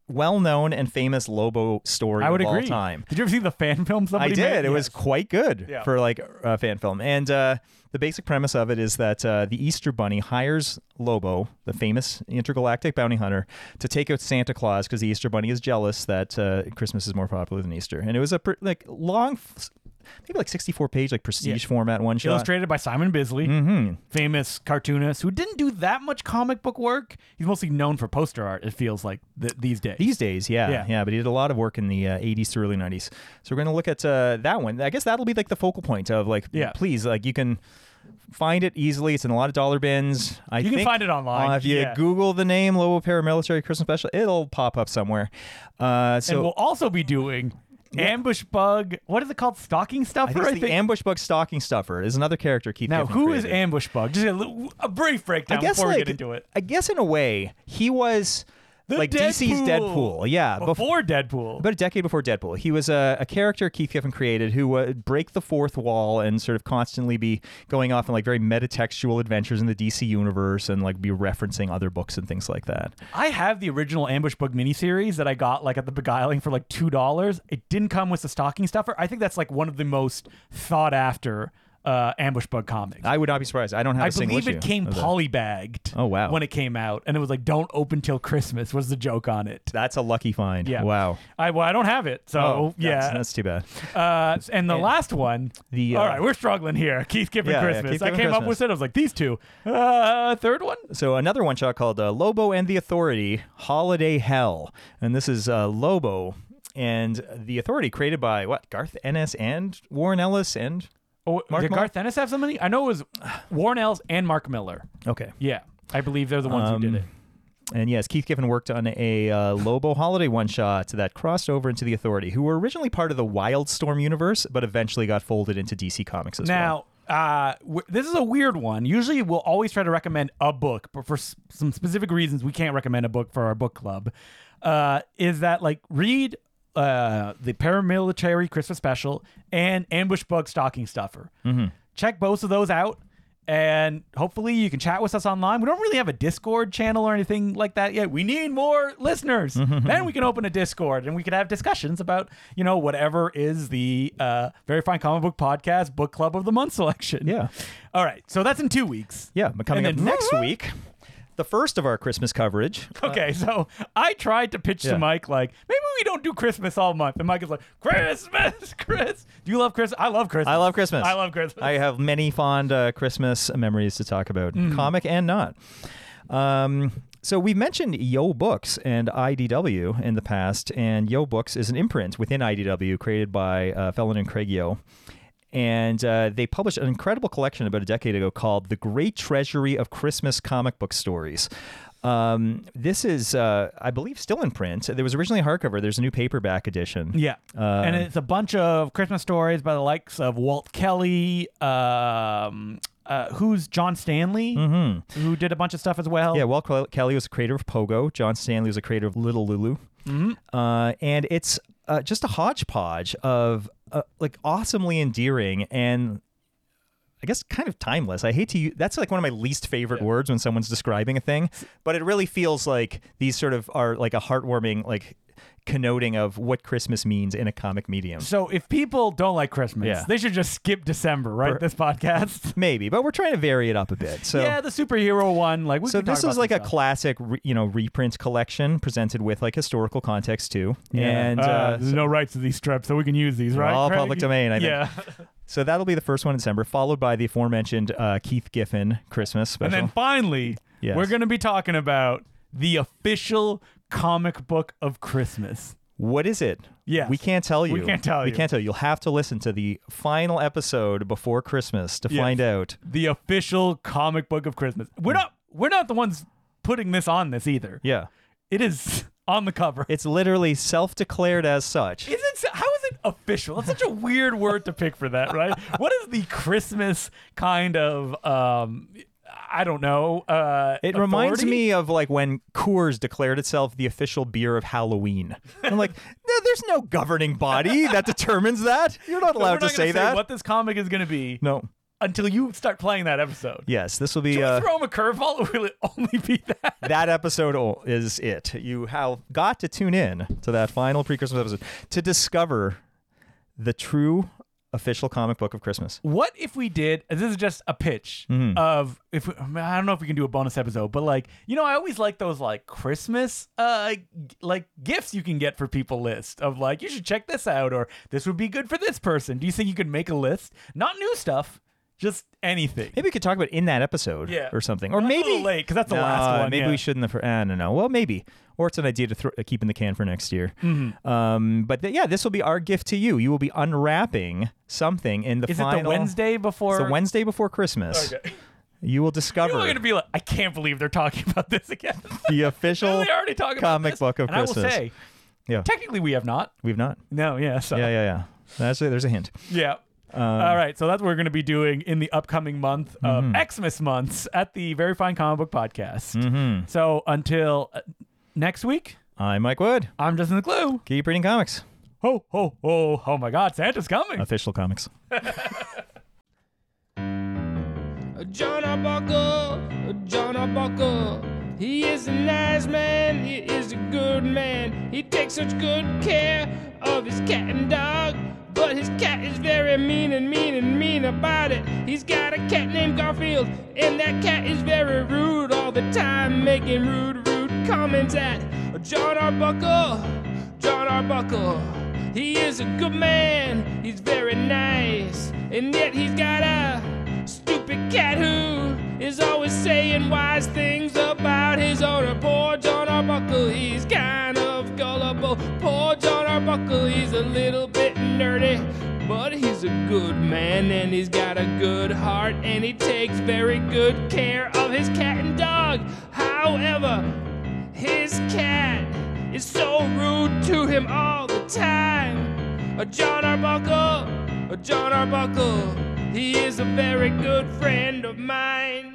[SPEAKER 1] well-known and famous Lobo story
[SPEAKER 2] I would
[SPEAKER 1] of
[SPEAKER 2] agree.
[SPEAKER 1] all time.
[SPEAKER 2] Did you ever see the fan film?
[SPEAKER 1] I
[SPEAKER 2] Somebody
[SPEAKER 1] did.
[SPEAKER 2] made?
[SPEAKER 1] It was
[SPEAKER 2] Yes.
[SPEAKER 1] quite good
[SPEAKER 2] Yeah.
[SPEAKER 1] for like a fan film. And uh, the basic premise of it is that uh, the Easter Bunny hires Lobo, the famous intergalactic bounty hunter, to take out Santa Claus because the Easter Bunny is jealous that uh, Christmas is more popular than Easter. And it was a pr- like long, f- maybe like sixty-four page like prestige format one shot. Mm-hmm.
[SPEAKER 2] illustrated by Simon Bisley, famous cartoonist who didn't do that much comic book work. He's mostly known for poster art. It feels like th- these days.
[SPEAKER 1] These days, yeah,
[SPEAKER 2] Yeah.
[SPEAKER 1] yeah, But he did a lot of work in the uh, 80s to early 90s. So we're going to look at uh, that one. I guess that'll be like the focal point of like,
[SPEAKER 2] Yeah.
[SPEAKER 1] please, like you can find it easily. It's in a lot of dollar bins. I
[SPEAKER 2] You can
[SPEAKER 1] think,
[SPEAKER 2] find it online,
[SPEAKER 1] Uh, if you
[SPEAKER 2] yeah.
[SPEAKER 1] Google the name Lobo Paramilitary Christmas Special, it'll pop up somewhere. Uh, so
[SPEAKER 2] and we'll also be doing ambush bug. What is it called? Stocking
[SPEAKER 1] I
[SPEAKER 2] stuffer.
[SPEAKER 1] think it's the ambush bug stocking stuffer is another character. Keith
[SPEAKER 2] now,
[SPEAKER 1] Giffen
[SPEAKER 2] who is
[SPEAKER 1] created.
[SPEAKER 2] ambush bug? Just a, little, a brief breakdown before we get into it.
[SPEAKER 1] I guess in a way he was
[SPEAKER 2] The
[SPEAKER 1] like DC's Deadpool. Yeah, bef-
[SPEAKER 2] before Deadpool.
[SPEAKER 1] About a decade before Deadpool, he was a, a character Keith Giffen created who would break the fourth wall and sort of constantly be going off on like very metatextual adventures in the DC universe and like be referencing other books and things like that.
[SPEAKER 2] I have the original Ambush Bug miniseries that I got like at the Beguiling for like two dollars. It didn't come with the stocking stuffer. I think that's like one of the most sought after uh, Ambush Bug comics.
[SPEAKER 1] I would not be surprised. I don't have. a
[SPEAKER 2] I
[SPEAKER 1] single
[SPEAKER 2] believe it
[SPEAKER 1] issue
[SPEAKER 2] came
[SPEAKER 1] of that.
[SPEAKER 2] polybagged.
[SPEAKER 1] Oh, wow.
[SPEAKER 2] When it came out, and it was like "Don't open till Christmas" was the joke on it.
[SPEAKER 1] That's a lucky find.
[SPEAKER 2] Yeah.
[SPEAKER 1] Wow. Oh,
[SPEAKER 2] I well, I don't have it, so
[SPEAKER 1] that's,
[SPEAKER 2] yeah.
[SPEAKER 1] that's too bad.
[SPEAKER 2] Uh, and the last one.
[SPEAKER 1] The,
[SPEAKER 2] all
[SPEAKER 1] uh,
[SPEAKER 2] right, we're struggling here. Keith Giffen
[SPEAKER 1] Yeah, yeah,
[SPEAKER 2] Christmas.
[SPEAKER 1] Keith
[SPEAKER 2] I
[SPEAKER 1] Giffen
[SPEAKER 2] came up
[SPEAKER 1] Christmas.
[SPEAKER 2] with it. I was like these two. Uh, third one.
[SPEAKER 1] So another one shot called uh, Lobo and the Authority: Holiday Hell, and this is uh, Lobo and the Authority created by what Garth Ennis and Warren Ellis and
[SPEAKER 2] Oh,
[SPEAKER 1] Mark
[SPEAKER 2] did
[SPEAKER 1] Miller?
[SPEAKER 2] Garth Ennis have somebody? I know it was Warren Ellis and Mark Miller.
[SPEAKER 1] okay.
[SPEAKER 2] Yeah, I believe they're the ones
[SPEAKER 1] Um,
[SPEAKER 2] who did it.
[SPEAKER 1] And yes, Keith Giffen worked on a uh, Lobo holiday one shot that crossed over into the Authority, who were originally part of the Wildstorm universe, but eventually got folded into DC Comics as well.
[SPEAKER 2] Now, uh, w- this is a weird one. Usually, we'll always try to recommend a book, but for s- some specific reasons, we can't recommend a book for our book club. Uh, is that like read uh, the paramilitary Christmas special and Ambush Bug Stocking Stuffer?
[SPEAKER 1] Mm-hmm.
[SPEAKER 2] Check both of those out. And hopefully you can chat with us online. We don't really have a Discord channel or anything like that yet. We need more listeners. then we can open a Discord and we could have discussions about, you know, whatever is the uh, Very Fine Comic Book Podcast Book Club of the Month selection.
[SPEAKER 1] Yeah.
[SPEAKER 2] All right. So that's in two weeks.
[SPEAKER 1] Yeah, but coming
[SPEAKER 2] And
[SPEAKER 1] up
[SPEAKER 2] then-
[SPEAKER 1] next week, the first of our Christmas coverage.
[SPEAKER 2] Okay, so I tried to pitch
[SPEAKER 1] Yeah.
[SPEAKER 2] to Mike like maybe we don't do Christmas all month, and Mike is like, "Christmas, Chris, do you love Christmas? I love Christmas.
[SPEAKER 1] I love Christmas.
[SPEAKER 2] I love Christmas.
[SPEAKER 1] I have many fond uh, Christmas memories to talk about,
[SPEAKER 2] Mm-hmm.
[SPEAKER 1] comic and not. Um, so we mentioned Yo Books and IDW in the past, and Yo Books is an imprint within IDW created by uh, a fellow named Craig Yo. And uh, they published an incredible collection about a decade ago called The Great Treasury of Christmas Comic Book Stories. Um, this is, uh, I believe, still in print. There was originally a hardcover. There's a new paperback edition. Uh,
[SPEAKER 2] Yeah.
[SPEAKER 1] Um,
[SPEAKER 2] and it's a bunch of Christmas stories by the likes of Walt Kelly, um, uh, who's John Stanley, who did a bunch of stuff as well.
[SPEAKER 1] Mm-hmm. Yeah, Walt Kel- Kelly was a creator of Pogo. John Stanley was a creator of Little Lulu. Uh, and it's uh, just a hodgepodge of uh, like awesomely endearing and I guess kind of timeless. I hate to use that's like one of my least favorite words when someone's describing a thing, but it really feels like these sort of are like a heartwarming, like connoting of what Christmas means in a comic medium.
[SPEAKER 2] So if people don't like Christmas,
[SPEAKER 1] Yeah.
[SPEAKER 2] they should just skip December, right?
[SPEAKER 1] Per-
[SPEAKER 2] this podcast.
[SPEAKER 1] Maybe, but we're trying to vary it up a bit. So
[SPEAKER 2] yeah, the superhero one. Like we
[SPEAKER 1] so
[SPEAKER 2] can talk
[SPEAKER 1] this is
[SPEAKER 2] about
[SPEAKER 1] like a
[SPEAKER 2] some stuff.
[SPEAKER 1] classic, re, you know, reprint collection presented with like historical context too,
[SPEAKER 2] Yeah.
[SPEAKER 1] and
[SPEAKER 2] Uh,
[SPEAKER 1] uh,
[SPEAKER 2] there's no rights to these strips, so we can use these,
[SPEAKER 1] They're
[SPEAKER 2] right?
[SPEAKER 1] all
[SPEAKER 2] Craig?
[SPEAKER 1] public domain, I think.
[SPEAKER 2] Yeah.
[SPEAKER 1] So that'll be the first one in December, followed by the aforementioned uh, Keith Giffen Christmas
[SPEAKER 2] And
[SPEAKER 1] special.
[SPEAKER 2] then finally,
[SPEAKER 1] Yes.
[SPEAKER 2] we're going to be talking about the official comic book of Christmas.
[SPEAKER 1] what is it?
[SPEAKER 2] Yes.
[SPEAKER 1] We can't tell you.
[SPEAKER 2] We can't tell
[SPEAKER 1] We
[SPEAKER 2] you.
[SPEAKER 1] can't tell you. You'll have to listen to the final episode before Christmas to
[SPEAKER 2] Yes.
[SPEAKER 1] find out.
[SPEAKER 2] The official comic book of Christmas. We're not we're not the ones putting this on this either.
[SPEAKER 1] Yeah.
[SPEAKER 2] It is on the cover.
[SPEAKER 1] It's literally self declared as such.
[SPEAKER 2] Is it how is it official? That's such a weird word to pick for that, right? What is the Christmas kind of um I don't know. Uh
[SPEAKER 1] It reminds
[SPEAKER 2] authority?
[SPEAKER 1] me of like when Coors declared itself the official beer of Halloween. I'm like, no, there's no governing body that determines that. You're not
[SPEAKER 2] So we're
[SPEAKER 1] allowed
[SPEAKER 2] not
[SPEAKER 1] to
[SPEAKER 2] gonna
[SPEAKER 1] say that.
[SPEAKER 2] what this comic is going to be
[SPEAKER 1] No.
[SPEAKER 2] until you start playing that episode.
[SPEAKER 1] Yes, this will be
[SPEAKER 2] Can we
[SPEAKER 1] uh,
[SPEAKER 2] throw him a curveball, or will it only be that?
[SPEAKER 1] that episode o- is it. You have got to tune in to that final pre-Christmas episode to discover the true official comic book of Christmas.
[SPEAKER 2] What if we did? This is just a pitch
[SPEAKER 1] Mm-hmm.
[SPEAKER 2] of if I mean, I don't know if we can do a bonus episode, but like you know, I always like those like Christmas uh g- like gifts you can get for people list of like you should check this out or this would be good for this person. Do you think you could make a list? Not new stuff, just anything.
[SPEAKER 1] Maybe we could talk about it in that episode
[SPEAKER 2] Yeah.
[SPEAKER 1] or something. Or
[SPEAKER 2] That's a
[SPEAKER 1] maybe
[SPEAKER 2] little late because that's the last
[SPEAKER 1] Nah,
[SPEAKER 2] one.
[SPEAKER 1] Maybe
[SPEAKER 2] yeah.
[SPEAKER 1] we shouldn't have. I don't know. Well, maybe. Or it's an idea to throw, uh, keep in the can for next year.
[SPEAKER 2] Mm-hmm.
[SPEAKER 1] Um, but th- yeah, this will be our gift to you. You will be unwrapping something in the
[SPEAKER 2] Is it
[SPEAKER 1] final.
[SPEAKER 2] the Wednesday before?
[SPEAKER 1] It's the Wednesday before Christmas.
[SPEAKER 2] Okay.
[SPEAKER 1] You will
[SPEAKER 2] People are
[SPEAKER 1] discover
[SPEAKER 2] gonna be like, I can't believe they're talking about this again.
[SPEAKER 1] the
[SPEAKER 2] they
[SPEAKER 1] official
[SPEAKER 2] already talking about
[SPEAKER 1] comic
[SPEAKER 2] this.
[SPEAKER 1] book of
[SPEAKER 2] and
[SPEAKER 1] Christmas.
[SPEAKER 2] I will say,
[SPEAKER 1] Yeah.
[SPEAKER 2] technically we have not.
[SPEAKER 1] We've not.
[SPEAKER 2] No, yeah, so
[SPEAKER 1] Yeah, yeah, yeah. That's it. There's a hint.
[SPEAKER 2] Yeah. All right, so that's what we're going to be doing in the upcoming month of Xmas months at the Very Fine Comic Book Podcast. So until uh, next week,
[SPEAKER 1] I'm Mike Wood.
[SPEAKER 2] I'm Justin the Clue.
[SPEAKER 1] Keep reading comics.
[SPEAKER 2] Ho, ho, ho. Oh my God, Santa's coming.
[SPEAKER 1] Official comics.
[SPEAKER 3] John Arbuckle, John Arbuckle. He is a nice man, he is a good man. He takes such good care of his cat and dog. But his cat is very mean and mean and mean about it. He's got a cat named Garfield, and that cat is very rude all the time, making rude, rude comments at John Arbuckle. John Arbuckle. He is a good man, he's very nice, and yet he's got a stupid cat who is always saying wise things about his owner. Poor John Arbuckle, he's kind of gullible. Poor John Arbuckle, he's a little bit nerdy, but he's a good man and he's got a good heart and he takes very good care of his cat and dog. However, his cat is so rude to him all the time. A John Arbuckle, a John Arbuckle, he is a very good friend of mine.